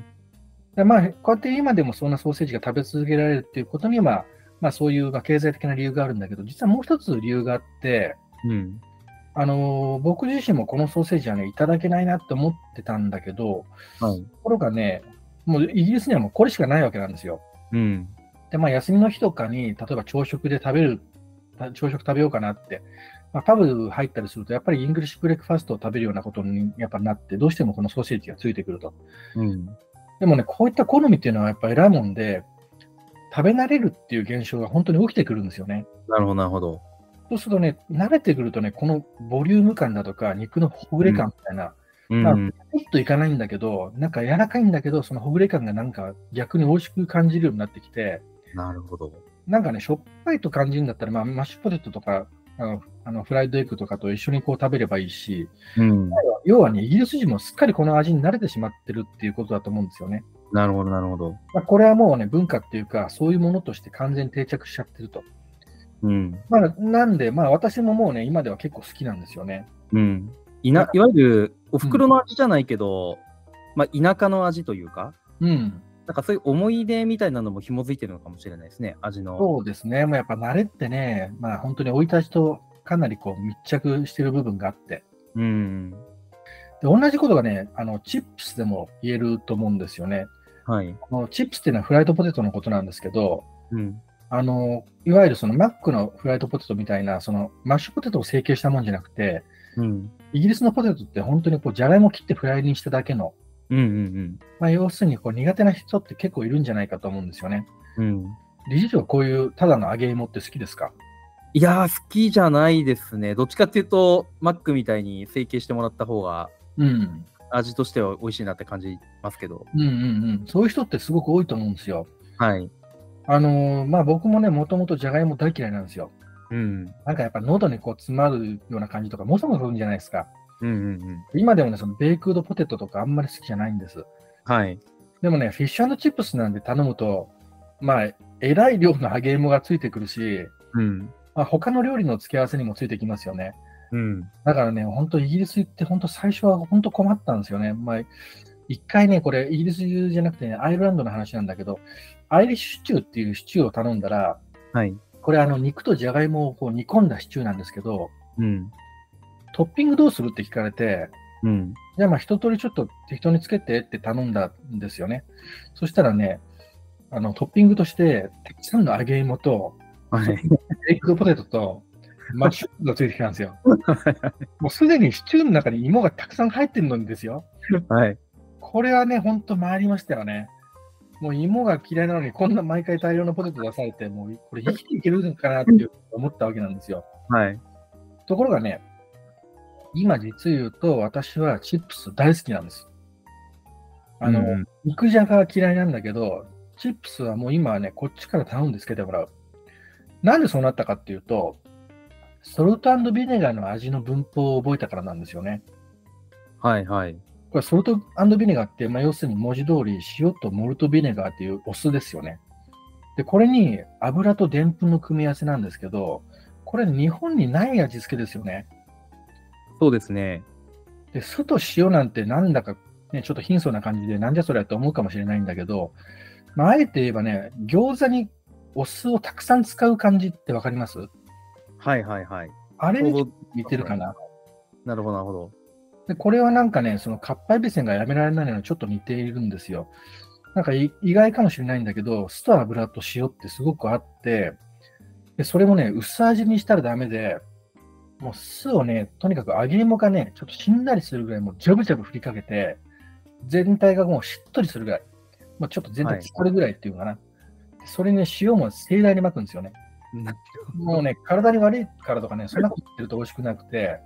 Speaker 2: でまあ、こうやって今でもそんなソーセージが食べ続けられるっていうことには、まあ、そういうまあ経済的な理由があるんだけど、実はもう一つ理由があって、
Speaker 1: うん。
Speaker 2: あのー僕自身もこのソーセージはね、いただけないなって思ってたんだけど、
Speaker 1: はい。
Speaker 2: ところがね、もうイギリスにはもうこれしかないわけなんですよ。
Speaker 1: うん。
Speaker 2: で、まあ、休みの日とかに、例えば朝食で食べる、た朝食食べようかなって、まあ、パブ入ったりすると、やっぱりイングリッシュブレックファストを食べるようなことにやっぱなって、どうしてもこのソーセージがついてくると。
Speaker 1: うん。
Speaker 2: でもね、こういった好みっていうのはやっぱ偉いもんで、食べ慣れるっていう現象が本当に起きてくるんですよね。
Speaker 1: なるほど、なるほど。
Speaker 2: そうするとね、慣れてくるとね、このボリューム感だとか、肉のほぐれ感みたいな、
Speaker 1: うん。
Speaker 2: ま
Speaker 1: う
Speaker 2: あ
Speaker 1: ん
Speaker 2: ちょっといかないんだけど、なんか柔らかいんだけど、そのほぐれ感がなんか逆に美味しく感じるようになってきて、
Speaker 1: なるほど。
Speaker 2: なんかね、しょっぱいと感じるんだったら、まあ、マッシュポテトとか、あのあのフライドエッグとかと一緒にこう食べればいいし、
Speaker 1: うん。
Speaker 2: 要はね、イギリス人もすっかりこの味に慣れてしまってるっていうことだと思うんですよね。
Speaker 1: なるほど、なるほど。
Speaker 2: まあ、これはもうね、文化っていうか、そういうものとして完全に定着しちゃってると。
Speaker 1: うん。
Speaker 2: まあ、なんで、まあ、私ももうね、今では結構好きなんですよね。
Speaker 1: うん。いな、いわゆる、お袋の味じゃないけど、まあ、田舎の味というか、
Speaker 2: うん。
Speaker 1: なんかそういう思い出みたいなのも紐づいてるのかもしれないですね、味の。
Speaker 2: そうですね。もうやっぱ慣れってね、まあ、本当に生い立ちとかなりこう密着してる部分があって。
Speaker 1: うん。
Speaker 2: で、同じことがね、あの、チップスでも言えると思うんですよね。
Speaker 1: はい。
Speaker 2: あのチップスっていうのはフライドポテトのことなんですけど、
Speaker 1: うん。
Speaker 2: あの、いわゆるそのマックのフライドポテトみたいな、そのマッシュポテトを成形したもんじゃなくて、
Speaker 1: うん。
Speaker 2: イギリスのポテトって本当にこう、じゃがいも切ってフライにしただけの、
Speaker 1: うんうん
Speaker 2: まあ、要するにこう苦手な人って結構いるんじゃないかと思うんですよね。
Speaker 1: うん。うん。
Speaker 2: 理事長、こういうただの揚げ芋って好きですか
Speaker 1: いやー、好きじゃないですね。どっちかっていうと、マックみたいに成形してもらった方が、
Speaker 2: うん。
Speaker 1: 味としては美味しいなって感じますけど。
Speaker 2: うんうんうん。そういう人ってすごく多いと思うんですよ。
Speaker 1: はい。
Speaker 2: あのーまあ僕もね、もともとじゃがいも大嫌いなんですよ。
Speaker 1: うん。
Speaker 2: なんかやっぱ喉にこう詰まるような感じとか、もそもそするんじゃないですか。
Speaker 1: うんうんうん。
Speaker 2: 今でもね、そのベイクードポテトとかあんまり好きじゃないんです。
Speaker 1: はい。
Speaker 2: でもね、フィッシュチップスなんで頼むと、まあ、えらい量の揚げ芋がついてくるし、
Speaker 1: うん。
Speaker 2: まあ、他の料理の付け合わせにもついてきますよね。
Speaker 1: うん。
Speaker 2: だからね、本当、イギリス行って、本当、最初は本当困ったんですよね。まあ、一回ね、これ、イギリスじゃなくて、ね、アイルランドの話なんだけど、アイリッシュシチューっていうシチューを頼んだら、
Speaker 1: はい。
Speaker 2: これ、あの肉とじゃがいもをこう煮込んだシチューなんですけど、
Speaker 1: うん。
Speaker 2: トッピングどうするって聞かれて、
Speaker 1: うん。
Speaker 2: じゃあ、まあ、一通りちょっと適当につけてって頼んだんですよね。そしたらね、あのトッピングとして、たくさんの揚げ芋と、
Speaker 1: はい。
Speaker 2: エッグポテトと、マッシュポテトがついてきたんですよ。もうすでにシチューの中に芋がたくさん入ってるのにですよ。
Speaker 1: はい。
Speaker 2: これはね、ほんと回りましたよね。もう芋が嫌いなのに、こんな毎回大量のポテト出されて、もうこれ生きていけるのかなっていう思ったわけなんですよ。
Speaker 1: はい。
Speaker 2: ところがね、今実言うと、私はチップス大好きなんです。あの、
Speaker 1: うん
Speaker 2: 肉じゃがは嫌いなんだけど、チップスはもう今はね、こっちから頼んでつけてもらう。なんでそうなったかっていうと、ソルトビネガーの味の文法を覚えたからなんですよね。
Speaker 1: はいはい。
Speaker 2: これソルトビネガーって、まあ、要するに文字通り塩とモルトビネガーっていうお酢ですよね。で、これに油とでんぷんの組み合わせなんですけど、これ日本にない味付けですよね。
Speaker 1: そうですね。
Speaker 2: で、酢と塩なんてなんだか、ね、ちょっと貧相な感じで、なんじゃそりゃと思うかもしれないんだけど、まあ、あえて言えばね、餃子にお酢をたくさん使う感じってわかります
Speaker 1: はいはいはい。
Speaker 2: あれ
Speaker 1: ちょう
Speaker 2: に
Speaker 1: ど
Speaker 2: 似てるかな。
Speaker 1: なるほどなるほ ど。
Speaker 2: で、これはなんかね、そのカッパエビせんがやめられないのにちょっと似ているんですよ。なんかい意外かもしれないんだけど、酢と油と塩ってすごくあって、でそれもね、薄味にしたらダメで、もう酢をね、とにかく揚げ芋がね、ちょっとしんなりするぐらい、もうジャブジャブ振りかけて、全体がもうしっとりするぐらい、まあ、ちょっと全体疲れぐらいっていうのかな。それにね、塩も盛大にまくんですよね。もうね、体に悪いからとかね、そんなこと言ってると美味しくなくて、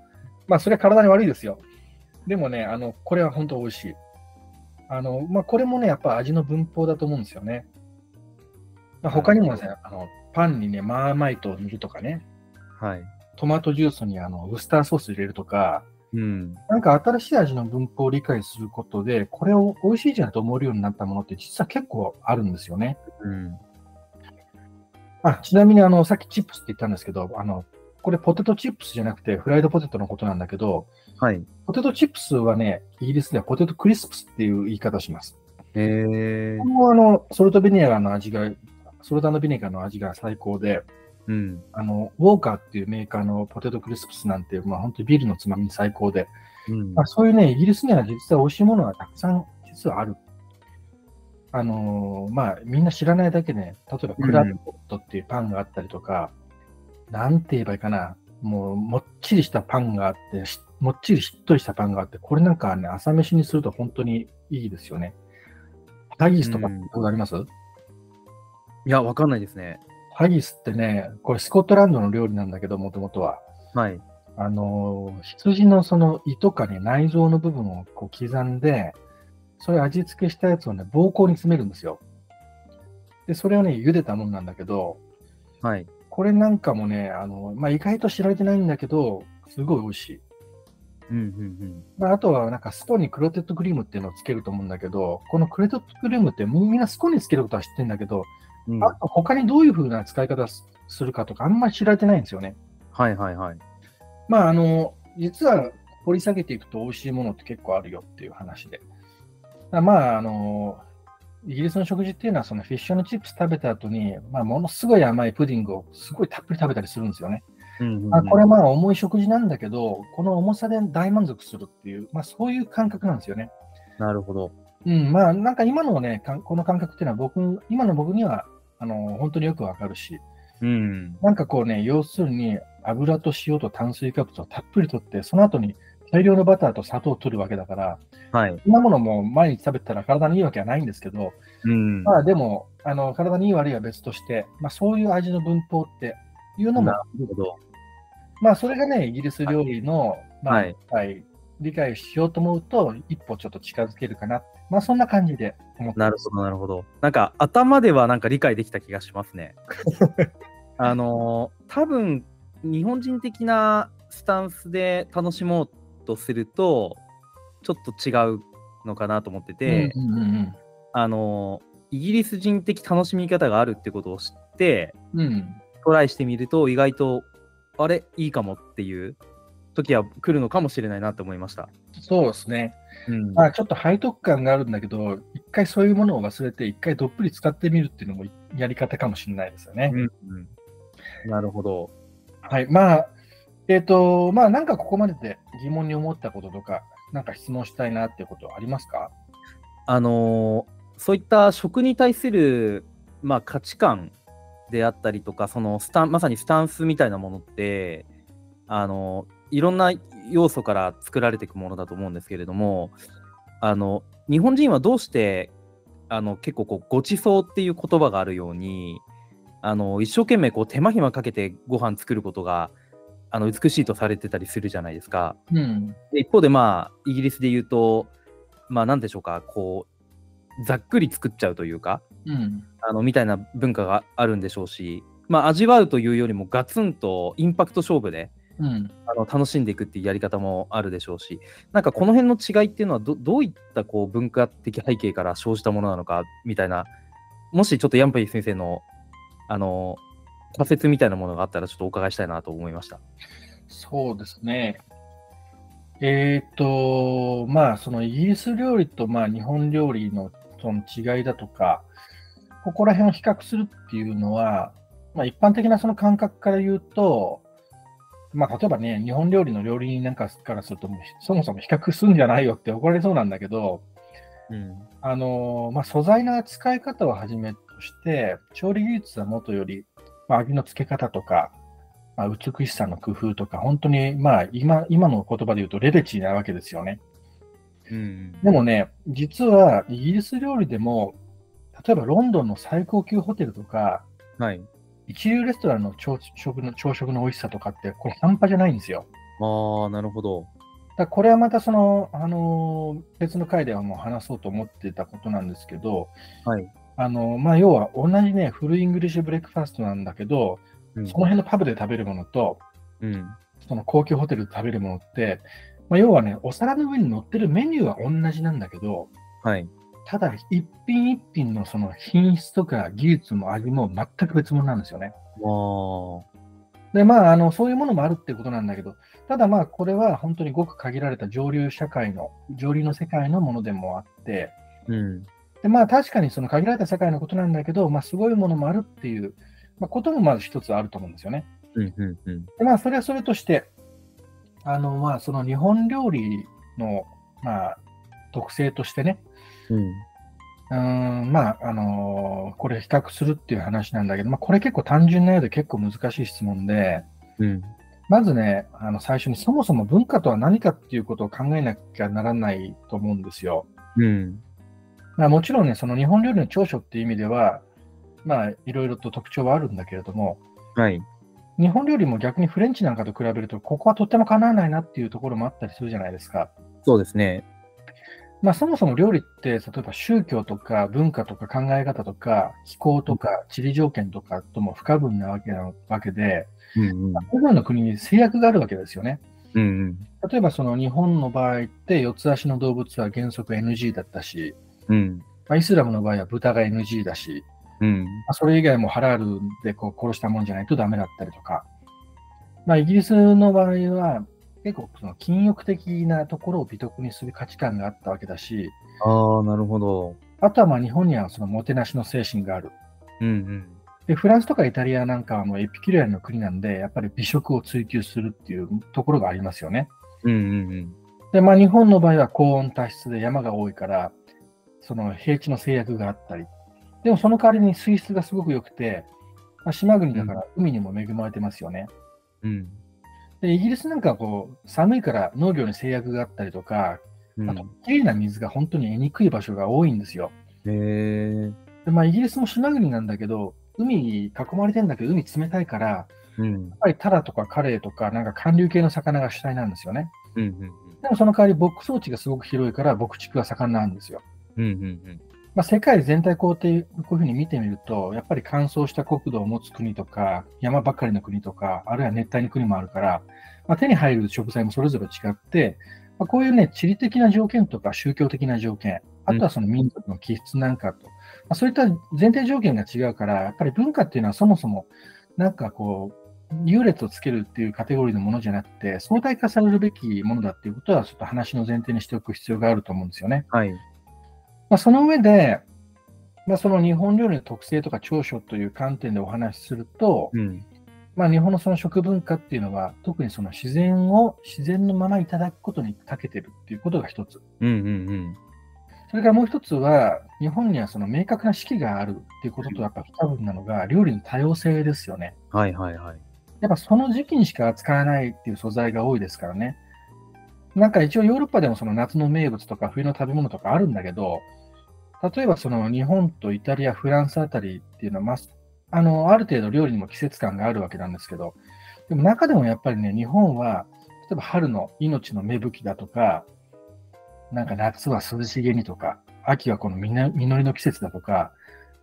Speaker 2: まあ、それは体に悪いですよ。でもね、あの、これは本当美味しい。あの、まあ、これもね、やっぱ味の文法だと思うんですよね。まあ、他にもね、あの、パンにね、マーマイトを塗るとかね、
Speaker 1: はい。
Speaker 2: トマトジュースにあの、ウスターソース入れるとか、
Speaker 1: うん。
Speaker 2: なんか新しい味の文法を理解することで、これを美味しいじゃんと思えるようになったものって実は結構あるんですよね。
Speaker 1: うん。
Speaker 2: あちなみにあの、さっきチップスって言ったんですけど、あのこれ、ポテトチップスじゃなくて、フライドポテトのことなんだけど、
Speaker 1: はい。
Speaker 2: ポテトチップスはね、イギリスではポテトクリスプスっていう言い方をします。
Speaker 1: えー
Speaker 2: こ。れもあのソルトビネガーの味が、ソルトビネガーの味が最高で、
Speaker 1: うん。
Speaker 2: あのウォーカーっていうメーカーのポテトクリスプスなんて、まあ、本当にビールのつまみに最高で、
Speaker 1: うん
Speaker 2: まあ、そういうね、イギリスには実は美味しいものがたくさん実はある。あのーまあ、みんな知らないだけね、例えばクラブポットっていうパンがあったりとか、なんて言えばいいかな、もうもっちりしたパンがあって、しもっちりしっとりしたパンがあって、これなんかはね、朝飯にすると本当にいいですよね。ハギスとかってことあります、
Speaker 1: いや、わかんないですね。
Speaker 2: ハギスってね、これスコットランドの料理なんだけど、もともとは。
Speaker 1: はい。
Speaker 2: あのー羊のその胃とかね内臓の部分をこう刻んでそれ味付けしたやつをね膀胱に詰めるんですよでそれをね茹でたもんなんだけど
Speaker 1: はい。
Speaker 2: これなんかもねあの、まあ、意外と知られてないんだけどすごい美味しい、
Speaker 1: うんうん
Speaker 2: まあ、あとはなんかスコにクロテッドクリームっていうのをつけると思うんだけどこのクロテッドクリームってみんなスコにつけることは知ってるんだけど
Speaker 1: うん。うん、
Speaker 2: あ
Speaker 1: は
Speaker 2: と他にどういう風な使い方すするかとかあんまり知られてないんですよね
Speaker 1: いはいはい。
Speaker 2: まあ、あの、実は掘り下げていくと美味しいものって結構あるよっていう話で。あまあ、あの、イギリスの食事っていうのは、そのフィッシュのチップス食べた後に、まあ、ものすごい甘いプディングをすごいたっぷり食べたりするんですよね。
Speaker 1: うんうんうん
Speaker 2: まあ、これまあ重い食事なんだけど、この重さで大満足するっていう、まあ、そういう感覚なんですよね。
Speaker 1: なるほど。
Speaker 2: うん、まあ、なんか今のね、かんこの感覚っていうのは僕、今の僕には、あの、本当によくわかるし、
Speaker 1: うん。
Speaker 2: なんかこうね、要するに油と塩と炭水化物をたっぷりとって、その後に大量のバターと砂糖を取るわけだから、
Speaker 1: はい。
Speaker 2: そんなものも毎日食べてたら体にいいわけはないんですけど、
Speaker 1: うん。
Speaker 2: まあでも、あの体にいい悪いは別として、まあ、そういう味の文法っていうのも
Speaker 1: な、るほど。
Speaker 2: まあそれがね、イギリス料理の、まあ
Speaker 1: はい。
Speaker 2: はい理解しようと思うと、一歩ちょっと近づけるかな、まあそんな感じで思って
Speaker 1: なるほど、なるほど。なんか、頭ではなんか理解できた気がします ね。あのー、多分日本人的なスタンスで楽しもうとすると、ちょっと違うのかなと思ってて、
Speaker 2: うんうんうん
Speaker 1: あのー、イギリス人的楽しみ方があるってことを知って、
Speaker 2: うんうん
Speaker 1: トライしてみると意外とあれいいかもっていう時は来るのかもしれないなと思いました。
Speaker 2: そうですね。
Speaker 1: うん
Speaker 2: まあ、ちょっと背徳感があるんだけど、一回そういうものを忘れて、一回どっぷり使ってみるっていうのもやり方かもしれないですよね。
Speaker 1: うんうんなるほど。
Speaker 2: はい。まあ、えっ、と、まあ、なんかここまでで疑問に思ったこととか、なんか質問したいなっていうことはありますか
Speaker 1: あのーそういった食に対する、まあ、価値観であったりとかそのスタンまさにスタンスみたいなものってあのいろんな要素から作られていくものだと思うんですけれどもあの日本人はどうしてあの結構こうごちそうっていう言葉があるようにあの一生懸命こう手間暇かけてご飯作ることがあの美しいとされてたりするじゃないですか。
Speaker 2: うん。
Speaker 1: で一方でまあイギリスで言うとまあ何でしょうかこうざっくり作っちゃうというか
Speaker 2: うん。
Speaker 1: あのみたいな文化があるんでしょうし、まあ、味わうというよりもガツンとインパクト勝負で
Speaker 2: うん。
Speaker 1: あの楽しんでいくっていうやり方もあるでしょうしなんかこの辺の違いっていうのはどどういったこう文化的背景から生じたものなのかみたいなもしちょっとヤンプリ先生のあの仮説みたいなものがあったらちょっとお伺いしたいなと思いました。
Speaker 2: そうですね。えっ、と、まあ、そのイギリス料理と、まあ、日本料理のその違いだとか、ここら辺を比較するっていうのは、まあ、一般的なその感覚から言うと、まあ、例えばね、日本料理の料理人なんかからすると、もうそもそも比較するんじゃないよって怒られそうなんだけど、
Speaker 1: うん
Speaker 2: あのまあ、素材の扱い方をはじめとして、調理技術はもとより、まあ、味の付け方とか、まあ、美しさの工夫とか、本当に、まあ、今今の言葉で言うとレベチなわけですよね。
Speaker 1: うん
Speaker 2: でもね、実はイギリス料理でも、例えばロンドンの最高級ホテルとか、
Speaker 1: はい、
Speaker 2: 一流レストランの朝食の朝食の美味しさとかって、これ半端じゃないんですよ。
Speaker 1: ああなるほど。
Speaker 2: だからこれはまたその、あのー別の回ではもう話そうと思ってたことなんですけど、
Speaker 1: はい
Speaker 2: あのーまあ、要は同じね、フルイングリッシュブレックファーストなんだけど、
Speaker 1: うん
Speaker 2: その辺のパブで食べるものと、
Speaker 1: うん
Speaker 2: その高級ホテルで食べるものって、まあ、要はね、お皿の上に乗ってるメニューは同じなんだけど、
Speaker 1: はい、
Speaker 2: ただ一品一品のその品質とか技術も味も全く別物なんですよね。
Speaker 1: わ
Speaker 2: で、まあ、あの、そういうものもあるってことなんだけど、ただまあ、これは本当にごく限られた上流社会の、上流の世界のものでもあって、
Speaker 1: ーうん
Speaker 2: で、まあ、確かにその限られた世界のことなんだけど、まあ、すごいものもあるっていう、まあ、こともまず一つあると思うんですよね。
Speaker 1: うんうんうん
Speaker 2: で、まあ、それはそれとして、あの、まあ、その日本料理の、まあ、特性としてね、
Speaker 1: うん
Speaker 2: うーん、まあ、あのーこれ比較するっていう話なんだけど、まあ、これ結構単純なようで結構難しい質問で、
Speaker 1: うん
Speaker 2: まずね、あの最初にそもそも文化とは何かっていうことを考えなきゃならないと思うんですよ。
Speaker 1: うん
Speaker 2: まあ、もちろんね、その日本料理の長所っていう意味では、まあ、いろいろと特徴はあるんだけれども、
Speaker 1: はい
Speaker 2: 日本料理も逆にフレンチなんかと比べると、ここはとってもかなわないなっていうところもあったりするじゃないですか。
Speaker 1: そうですね。
Speaker 2: まあ、そもそも料理って、例えば宗教とか文化とか考え方とか気候とか地理条件とかとも不可分なわけなわけで、
Speaker 1: うんうん
Speaker 2: それぞれの国に制約があるわけですよね。
Speaker 1: うんうん
Speaker 2: 例えばその日本の場合って四つ足の動物は原則 NG だったし、
Speaker 1: うん
Speaker 2: まあ、イスラムの場合は豚が NG だし、
Speaker 1: うん
Speaker 2: まあ、それ以外もハラールでこう殺したもんじゃないとダメだったりとか、まあ、イギリスの場合は結構その禁欲的なところを美徳にする価値観があったわけだし、
Speaker 1: ああ、なるほど。
Speaker 2: あとはまあ日本にはそのもてなしの精神がある。
Speaker 1: うん
Speaker 2: でフランスとかイタリアなんかはもうエピキュリアンの国なんで、やっぱり美食を追求するっていうところがありますよね。
Speaker 1: うん。うんうん
Speaker 2: で、まあ、日本の場合は高温多湿で山が多いから、その平地の制約があったり、でもその代わりに水質がすごく良くて、まあ、島国だから海にも恵まれてますよね。
Speaker 1: うん。
Speaker 2: で、イギリスなんかはこう寒いから農業に制約があったりとか、
Speaker 1: うん。
Speaker 2: あと、きれいな水が本当に得にくい場所が多いんですよ。
Speaker 1: へえ。
Speaker 2: でまあ、イギリスも島国なんだけど、海に囲まれてんだけど、海冷たいから、や
Speaker 1: うん。
Speaker 2: っぱりタラとかカレイとか、なんか寒流系の魚が主体なんですよね。
Speaker 1: うんうん
Speaker 2: でもその代わり牧草地がすごく広いから、牧畜が盛んなんですよ。
Speaker 1: うん。うんうん
Speaker 2: まあ、世界全体こうってこういうふうに見てみると、やっぱり乾燥した国土を持つ国とか、山ばっかりの国とか、あるいは熱帯の国もあるから、まあ、手に入る食材もそれぞれ違って、まあ、こういうね、地理的な条件とか宗教的な条件、あとはその民族の気質なんかと、まあ、そういった前提条件が違うから、やっぱり文化っていうのはそもそも、なんかこう、優劣をつけるっていうカテゴリーのものじゃなくて、相対化されるべきものだっていうことは、ちょっと話の前提にしておく必要があると思うんですよね。
Speaker 1: はい。
Speaker 2: まあ、その上で、まあ、その日本料理の特性とか長所という観点でお話しすると、
Speaker 1: うん。
Speaker 2: まあ、日本のその食文化っていうのは、特にその自然を自然のままいただくことに長けてるっていうことが一つ。
Speaker 1: うんうん
Speaker 2: それからもう一つは、日本にはその明確な四季があるっていうことと、やっぱ不可分なのが、料理の多様性ですよね。
Speaker 1: うん。はいはいはい。
Speaker 2: でやっぱその時期にしか扱えないっていう素材が多いですからね。なんか一応ヨーロッパでもその夏の名物とか冬の食べ物とかあるんだけど、例えばその日本とイタリア、フランスあたりっていうのは、まあ、あのある程度料理にも季節感があるわけなんですけど、でも中でもやっぱりね、日本は、例えば春の命の芽吹きだとか、なんか夏は涼しげにとか、秋はこのみな実りの季節だとか、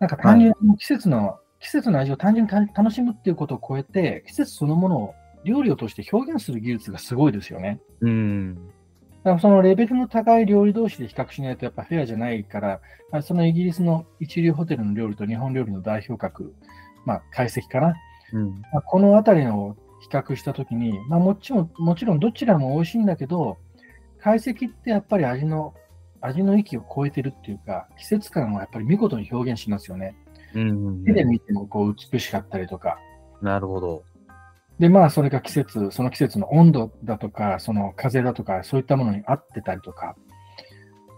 Speaker 2: なんか単純に季節の、季節の味を単純にた楽しむっていうことを超えて、季節そのものを料理を通して表現する技術がすごいですよね。
Speaker 1: うん。
Speaker 2: だからそのレベルの高い料理同士で比較しないとやっぱフェアじゃないから、まあそのイギリスの一流ホテルの料理と日本料理の代表格、まあ、解析かな、
Speaker 1: うん。
Speaker 2: まあ、この辺りを比較したときに、まあ、もちろん、もちろんどちらも美味しいんだけど、解析ってやっぱり味の、味の域を超えてるっていうか、季節感をやっぱり見事に表現しますよね。
Speaker 1: うん
Speaker 2: 手で見てもこう美しかったりとか。
Speaker 1: なるほど。
Speaker 2: で、まあ、それが季節、その季節の温度だとか、その風だとか、そういったものに合ってたりとか。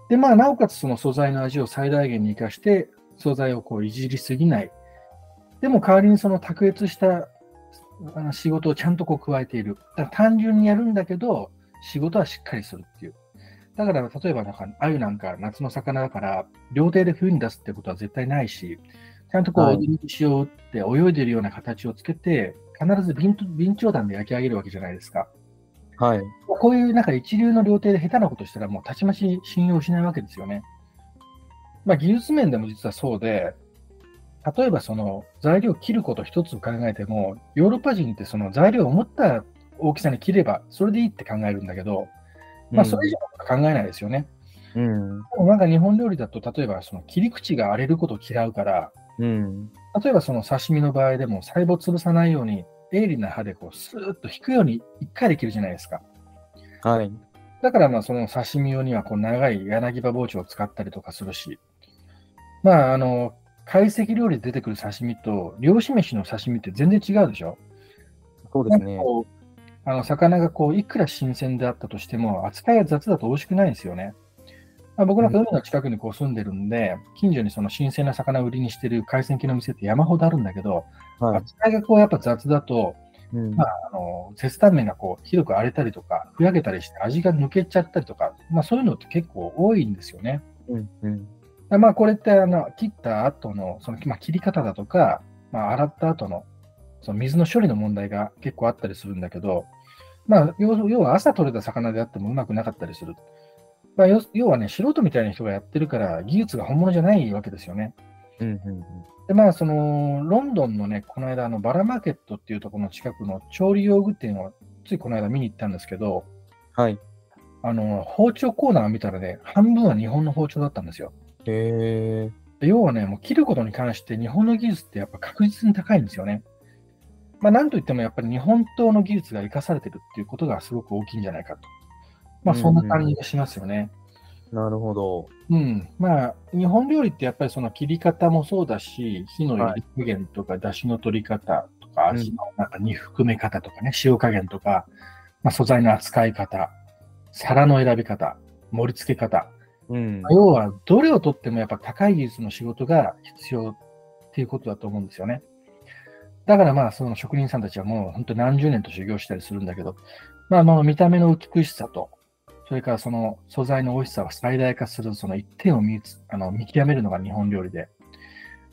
Speaker 2: で、まあ、なおかつその素材の味を最大限に活かして、素材をこういじりすぎない。でも、代わりにその卓越したあの仕事をちゃんとこう加えている。だから単純にやるんだけど、仕事はしっかりするっていう。だから、例えばなんか、鮎なんか夏の魚だから、料亭で冬に出すってことは絶対ないし、ちゃんとこう、
Speaker 1: はい
Speaker 2: 踊り口を打って泳いでるような形をつけて、必ず備長備長炭で焼き上げるわけじゃないですか。
Speaker 1: はい。
Speaker 2: こういうなんか一流の料亭で下手なことしたら、もうたちまち信用しないわけですよね。まあ、技術面でも実はそうで、例えばその材料を切ること一つを考えても、ヨーロッパ人ってその材料を思った大きさに切れば、それでいいって考えるんだけど、まあ、それ以上のことは考えないですよね。
Speaker 1: うん。
Speaker 2: でもなんか日本料理だと、例えばその切り口が荒れることを嫌うから、
Speaker 1: うん。
Speaker 2: 例えばその刺身の場合でも細胞を潰さないように鋭利な刃でこうスーッと引くように一回できるじゃないですか。
Speaker 1: はい。
Speaker 2: だからまあその刺身用にはこう長い柳葉包丁を使ったりとかするし、まああの、懐石料理で出てくる刺身と漁師飯の刺身って全然違うでしょ
Speaker 1: そうです
Speaker 2: なん
Speaker 1: ね
Speaker 2: か。こうあの魚がこういくら新鮮であったとしても、扱いが雑だと美味しくないんですよね。まあ、僕なんか海の近くにこう住んでるんで、近所にその新鮮な魚を売りにしてる海鮮系の店って山ほどあるんだけど、
Speaker 1: はい。
Speaker 2: 扱いがこうやっぱ雑だと、
Speaker 1: うん
Speaker 2: まあ、あの切断面がこうひどく荒れたりとか、ふやけたりして味が抜けちゃったりとか、まあ、そういうのって結構多いんですよね。
Speaker 1: うんうん
Speaker 2: だからまあこれってあの切った後のその、まあ、切り方だとか、まあ、洗った後のその水の処理の問題が結構あったりするんだけど、まあ、要要は朝取れた魚であってもうまくなかったりする。まあ、要要はね、素人みたいな人がやってるから、技術が本物じゃないわけですよね。
Speaker 1: うんうん
Speaker 2: で、まあ、その、ロンドンのね、この間、あの、バラマーケットっていうところの近くの調理用具店を、ついこの間見に行ったんですけど、
Speaker 1: はい。
Speaker 2: あの、包丁コーナーを見たらね、半分は日本の包丁だったんですよ。
Speaker 1: へえ。
Speaker 2: で要はね、もう切ることに関して、日本の技術ってやっぱ確実に高いんですよね。まあ、なんといってもやっぱり日本刀の技術が生かされてるっていうことがすごく大きいんじゃないかと。まあ、そんな感じがしますよね。
Speaker 1: なるほど。
Speaker 2: うん、まあ日本料理ってやっぱりその切り方もそうだし火の入り加減とか出汁の取り方とか
Speaker 1: うん
Speaker 2: 味のなんか煮含め方とかね塩加減とか、まあ、素材の扱い方皿の選び方盛り付け方、
Speaker 1: うん
Speaker 2: まあ。要はどれをとってもやっぱ高い技術の仕事が必要っていうことだと思うんですよねだからまあその職人さんたちはもう本当何十年と修行したりするんだけどまあまあ見た目の美しさと、それからその素材の美味しさを最大化するその一点を見つあの見極めるのが日本料理で。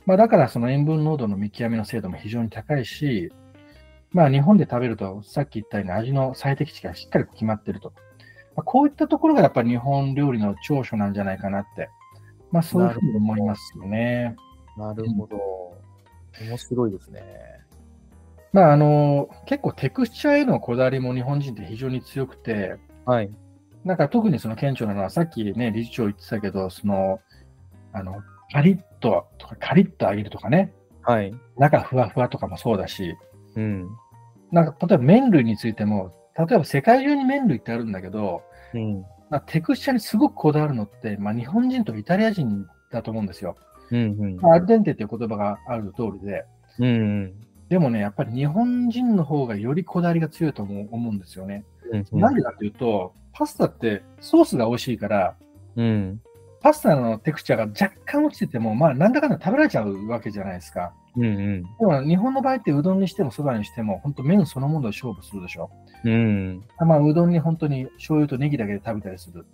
Speaker 2: まあだからその塩分濃度の見極めの精度も非常に高いし、まあ日本で食べるとさっき言ったように味の最適値がしっかり決まってると。まあ、こういったところがやっぱり日本料理の長所なんじゃないかなって。まあそういうふうに思いますよね。
Speaker 1: なるほど。面白いですね。
Speaker 2: まああの、結構テクスチャーへのこだわりも日本人って非常に強くて、
Speaker 1: はい。
Speaker 2: なんか特にその顕著なのは、さっきね、理事長言ってたけど、その、あの、カリッととか、カリッと揚げるとかね、
Speaker 1: はい。
Speaker 2: 中ふわふわとかもそうだし、
Speaker 1: うん。
Speaker 2: なんか例えば麺類についても、例えば世界中に麺類ってあるんだけど、
Speaker 1: うん。
Speaker 2: まあ、テクスチャーにすごくこだわるのって、まあ、日本人とイタリア人だと思うんですよ。
Speaker 1: うん
Speaker 2: まあアルデンテっていう言葉がある通りで、
Speaker 1: うん。うん。
Speaker 2: でもね、やっぱり日本人の方がよりこだわりが強いと思う思うんですよね。
Speaker 1: うん。
Speaker 2: なんでかっていうと、パスタってソースが美味しいから、
Speaker 1: うん。
Speaker 2: パスタのテクスチャーが若干落ちてても、まあ、なんだかんだ食べられちゃうわけじゃないですか。
Speaker 1: うんうん。
Speaker 2: でも日本の場合ってうどんにしてもそばにしても、本当麺そのもので勝負するでしょ。
Speaker 1: うん。
Speaker 2: まあ、うどんに本当に醤油とネギだけで食べたりする。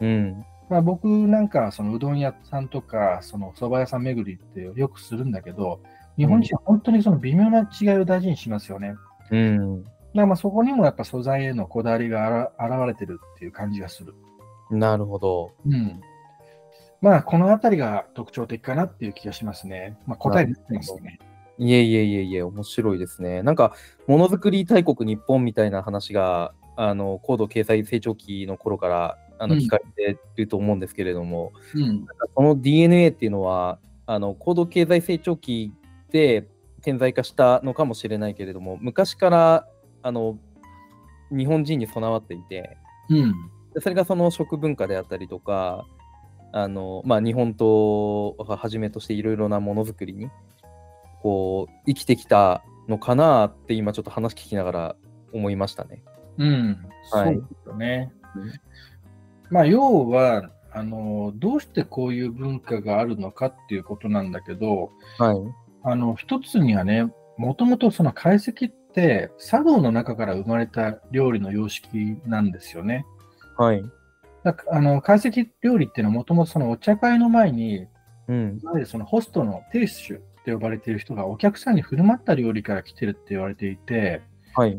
Speaker 1: うん。
Speaker 2: まあ、僕なんかはそのうどん屋さんとかその蕎麦屋さん巡りってよくするんだけど、日本人は本当にその微妙な違いを大事にしますよね。
Speaker 1: うん。
Speaker 2: だからまあそこにもやっぱ素材へのこだわりがあら現れてるっていう感じがする。
Speaker 1: なるほど。
Speaker 2: うん。まあこのあたりが特徴的かなっていう気がしますね。まあ答えになってますね。
Speaker 1: いえいえいえいえ、面白いですね。なんか、ものづくり大国日本みたいな話が、あの高度経済成長期の頃からあの
Speaker 2: うん
Speaker 1: 聞かれてると思うんですけれども、
Speaker 2: うん。
Speaker 1: その DNA っていうのは、あの高度経済成長期で顕在化したのかもしれないけれども、昔からあの日本人に備わっていて、
Speaker 2: うん。
Speaker 1: でそれがその食文化であったりとか、あのまあ、日本刀をはじめとしていろいろなものづくりにこう生きてきたのかなって今ちょっと話聞きながら思いましたね。
Speaker 2: うん。そう
Speaker 1: はい
Speaker 2: ですよね。
Speaker 1: うん
Speaker 2: まあ要は、あのどうしてこういう文化があるのかっていうことなんだけど、
Speaker 1: はい。
Speaker 2: あの一つにはね、もともとその懐石って茶道の中から生まれた料理の様式なんですよね。
Speaker 1: はい。
Speaker 2: だかあの懐石料理っていうのはもともとそのお茶会の前に、い
Speaker 1: うん。
Speaker 2: わゆるそのホストの亭主って呼ばれている人がお客さんに振る舞った料理から来てるって言われていて、
Speaker 1: はい。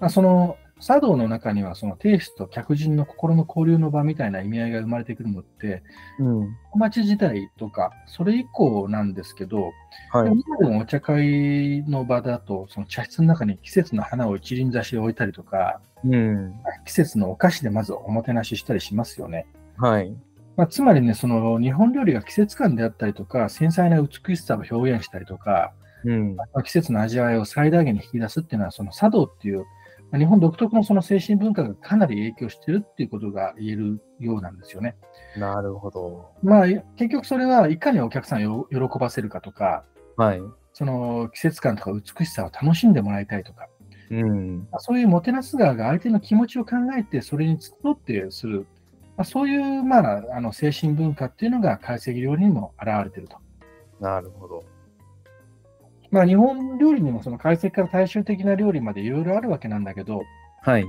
Speaker 2: まあ、その茶道の中にはその亭主と客人の心の交流の場みたいな意味合いが生まれてくるのって、
Speaker 1: うん。
Speaker 2: 小町時代とか、それ以降なんですけど、
Speaker 1: は
Speaker 2: で
Speaker 1: い。
Speaker 2: も今でもお茶会の場だと、その茶室の中に季節の花を一輪挿しで置いたりとか、
Speaker 1: うん。
Speaker 2: 季節のお菓子でまずおもてなししたりしますよね。
Speaker 1: はい。
Speaker 2: まあ、つまりね、その日本料理が季節感であったりとか、繊細な美しさを表現したりとか、
Speaker 1: うん。
Speaker 2: まあ季節の味わいを最大限に引き出すっていうのは、その茶道っていう、まあ日本独特のその精神文化がかなり影響してるっていうことが言えるようなんですよね。
Speaker 1: なるほど。
Speaker 2: まあ、結局それはいかにお客さんを喜ばせるかとか、
Speaker 1: はい。
Speaker 2: その季節感とか美しさを楽しんでもらいたいとか、
Speaker 1: うん。
Speaker 2: まあそういうもてなす側が相手の気持ちを考えて、それに付き添ってする、まあ、そういう、まあ、あの精神文化っていうのが、懐石料理にも現れてると。
Speaker 1: なるほど。
Speaker 2: まあ、日本料理にもその懐石から大衆的な料理までいろいろあるわけなんだけど、
Speaker 1: はい。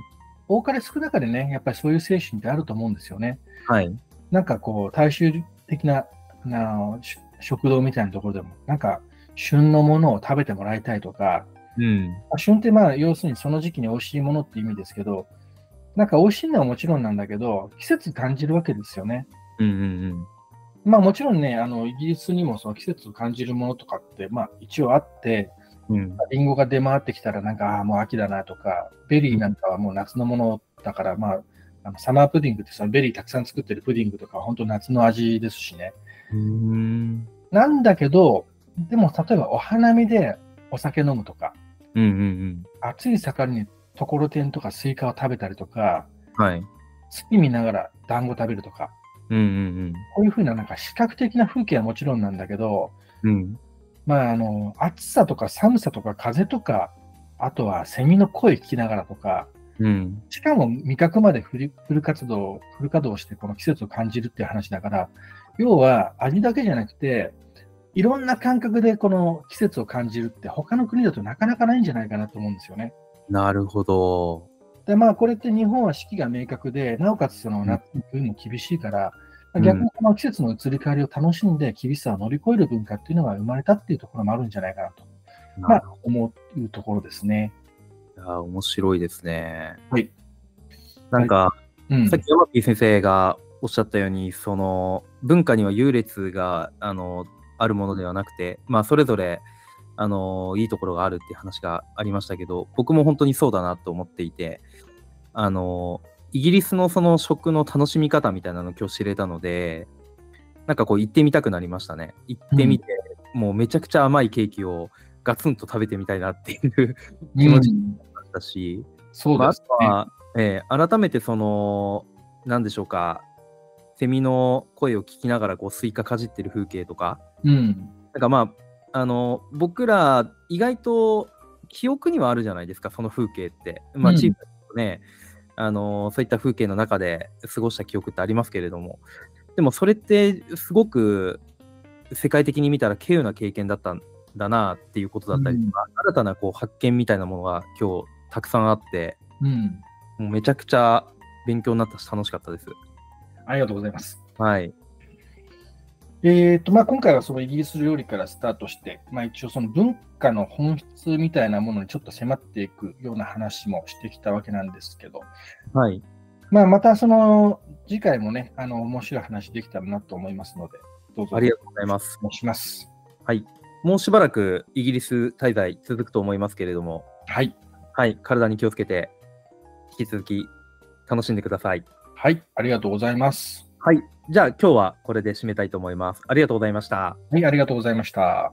Speaker 2: 多かれ少なかれね、やっぱりそういう精神ってあると思うんですよね。
Speaker 1: はい。
Speaker 2: なんかこう、大衆的なあのし食堂みたいなところでも、なんか旬のものを食べてもらいたいとか、
Speaker 1: うん。
Speaker 2: まあ旬ってまあ要するにその時期に美味しいものって意味ですけど、なんか美味しいのはもちろんなんだけど、季節感じるわけですよね。
Speaker 1: うんうん
Speaker 2: まあもちろんね、あのイギリスにもその季節を感じるものとかって、まあ一応あって、
Speaker 1: うん。うん。
Speaker 2: リンゴが出回ってきたらなんか、ああー、もう秋だなとか、ベリーなんかはもう夏のものだから、まあ、あのサマープディングってそのベリーたくさん作ってるプディングとか、本当夏の味ですしね。
Speaker 1: うん。
Speaker 2: なんだけど、でも例えばお花見でお酒飲むとか、
Speaker 1: うんうん
Speaker 2: 暑い盛りにところてんとかスイカを食べたりとか、
Speaker 1: うん。はい。
Speaker 2: 月見ながら団子食べるとか、
Speaker 1: うんうん
Speaker 2: こういうふうななんか視覚的な風景はもちろんなんだけど、
Speaker 1: うん。うん。
Speaker 2: まあ、あの暑さとか寒さとか風とか、あとはセミの声聞きながらとか、
Speaker 1: うん。
Speaker 2: しかも味覚までフルフル活動、フル稼働してこの季節を感じるっていう話だから、要は味だけじゃなくて、いろんな感覚でこの季節を感じるって他の国だとなかなかないんじゃないかなと思うんですよね。
Speaker 1: なるほど。
Speaker 2: でまあこれって日本は四季が明確で、なおかつその夏の冬も厳しいから、まあ逆にこの季節の移り変わりを楽しんで厳しさを乗り越える文化っていうのが生まれたっていうところもあるんじゃないかなと、まあ、思うところですね。
Speaker 1: いやー面白いですね。
Speaker 2: はい。
Speaker 1: なんか、
Speaker 2: うん
Speaker 1: さっき山木先生がおっしゃったように、その文化には優劣があのあるものではなくて、まあ、それぞれあのいいところがあるっていう話がありましたけど、僕も本当にそうだなと思っていて、あのイギリスのその食の楽しみ方みたいなのを今日知れたので、なんかこう行ってみたくなりましたね。行ってみて、もうめちゃくちゃ甘いケーキをガツンと食べてみたいなっていう気持ち
Speaker 2: うん
Speaker 1: だったし、
Speaker 2: そう
Speaker 1: まあ
Speaker 2: で
Speaker 1: あ
Speaker 2: す
Speaker 1: とは、えー改めてその、なんでしょうか、セミの声を聞きながらこうスイカかじってる風景とか、
Speaker 2: うん。
Speaker 1: なんかまあ、あの僕ら、意外と記憶にはあるじゃないですか、その風景って。まあ、
Speaker 2: うん
Speaker 1: チームね、あのそういった風景の中で過ごした記憶ってありますけれども、でもそれってすごく世界的に見たら稀有な経験だったんだなっていうことだったりとか、新たなこう発見みたいなものが今日たくさんあって、
Speaker 2: うん。
Speaker 1: もうめちゃくちゃ勉強になったし楽しかったです。
Speaker 2: ありがとうございます。
Speaker 1: はい。
Speaker 2: えーとまあ、今回はそのイギリス料理からスタートして、まあ、一応その文化の本質みたいなものにちょっと迫っていくような話もしてきたわけなんですけど、
Speaker 1: はい。
Speaker 2: まあ、またその次回もね、あの面白い話できたらなと思いますので、どうぞ
Speaker 1: ありがとうございます。
Speaker 2: お願いします。
Speaker 1: もうしばらくイギリス滞在続くと思いますけれども、
Speaker 2: はい。
Speaker 1: はい。体に気をつけて、引き続き楽しんでください。
Speaker 2: はい、ありがとうございます。
Speaker 1: はい。じゃあ今日はこれで締めたいと思います。ありがとうございました。
Speaker 2: はい、ありがとうございました。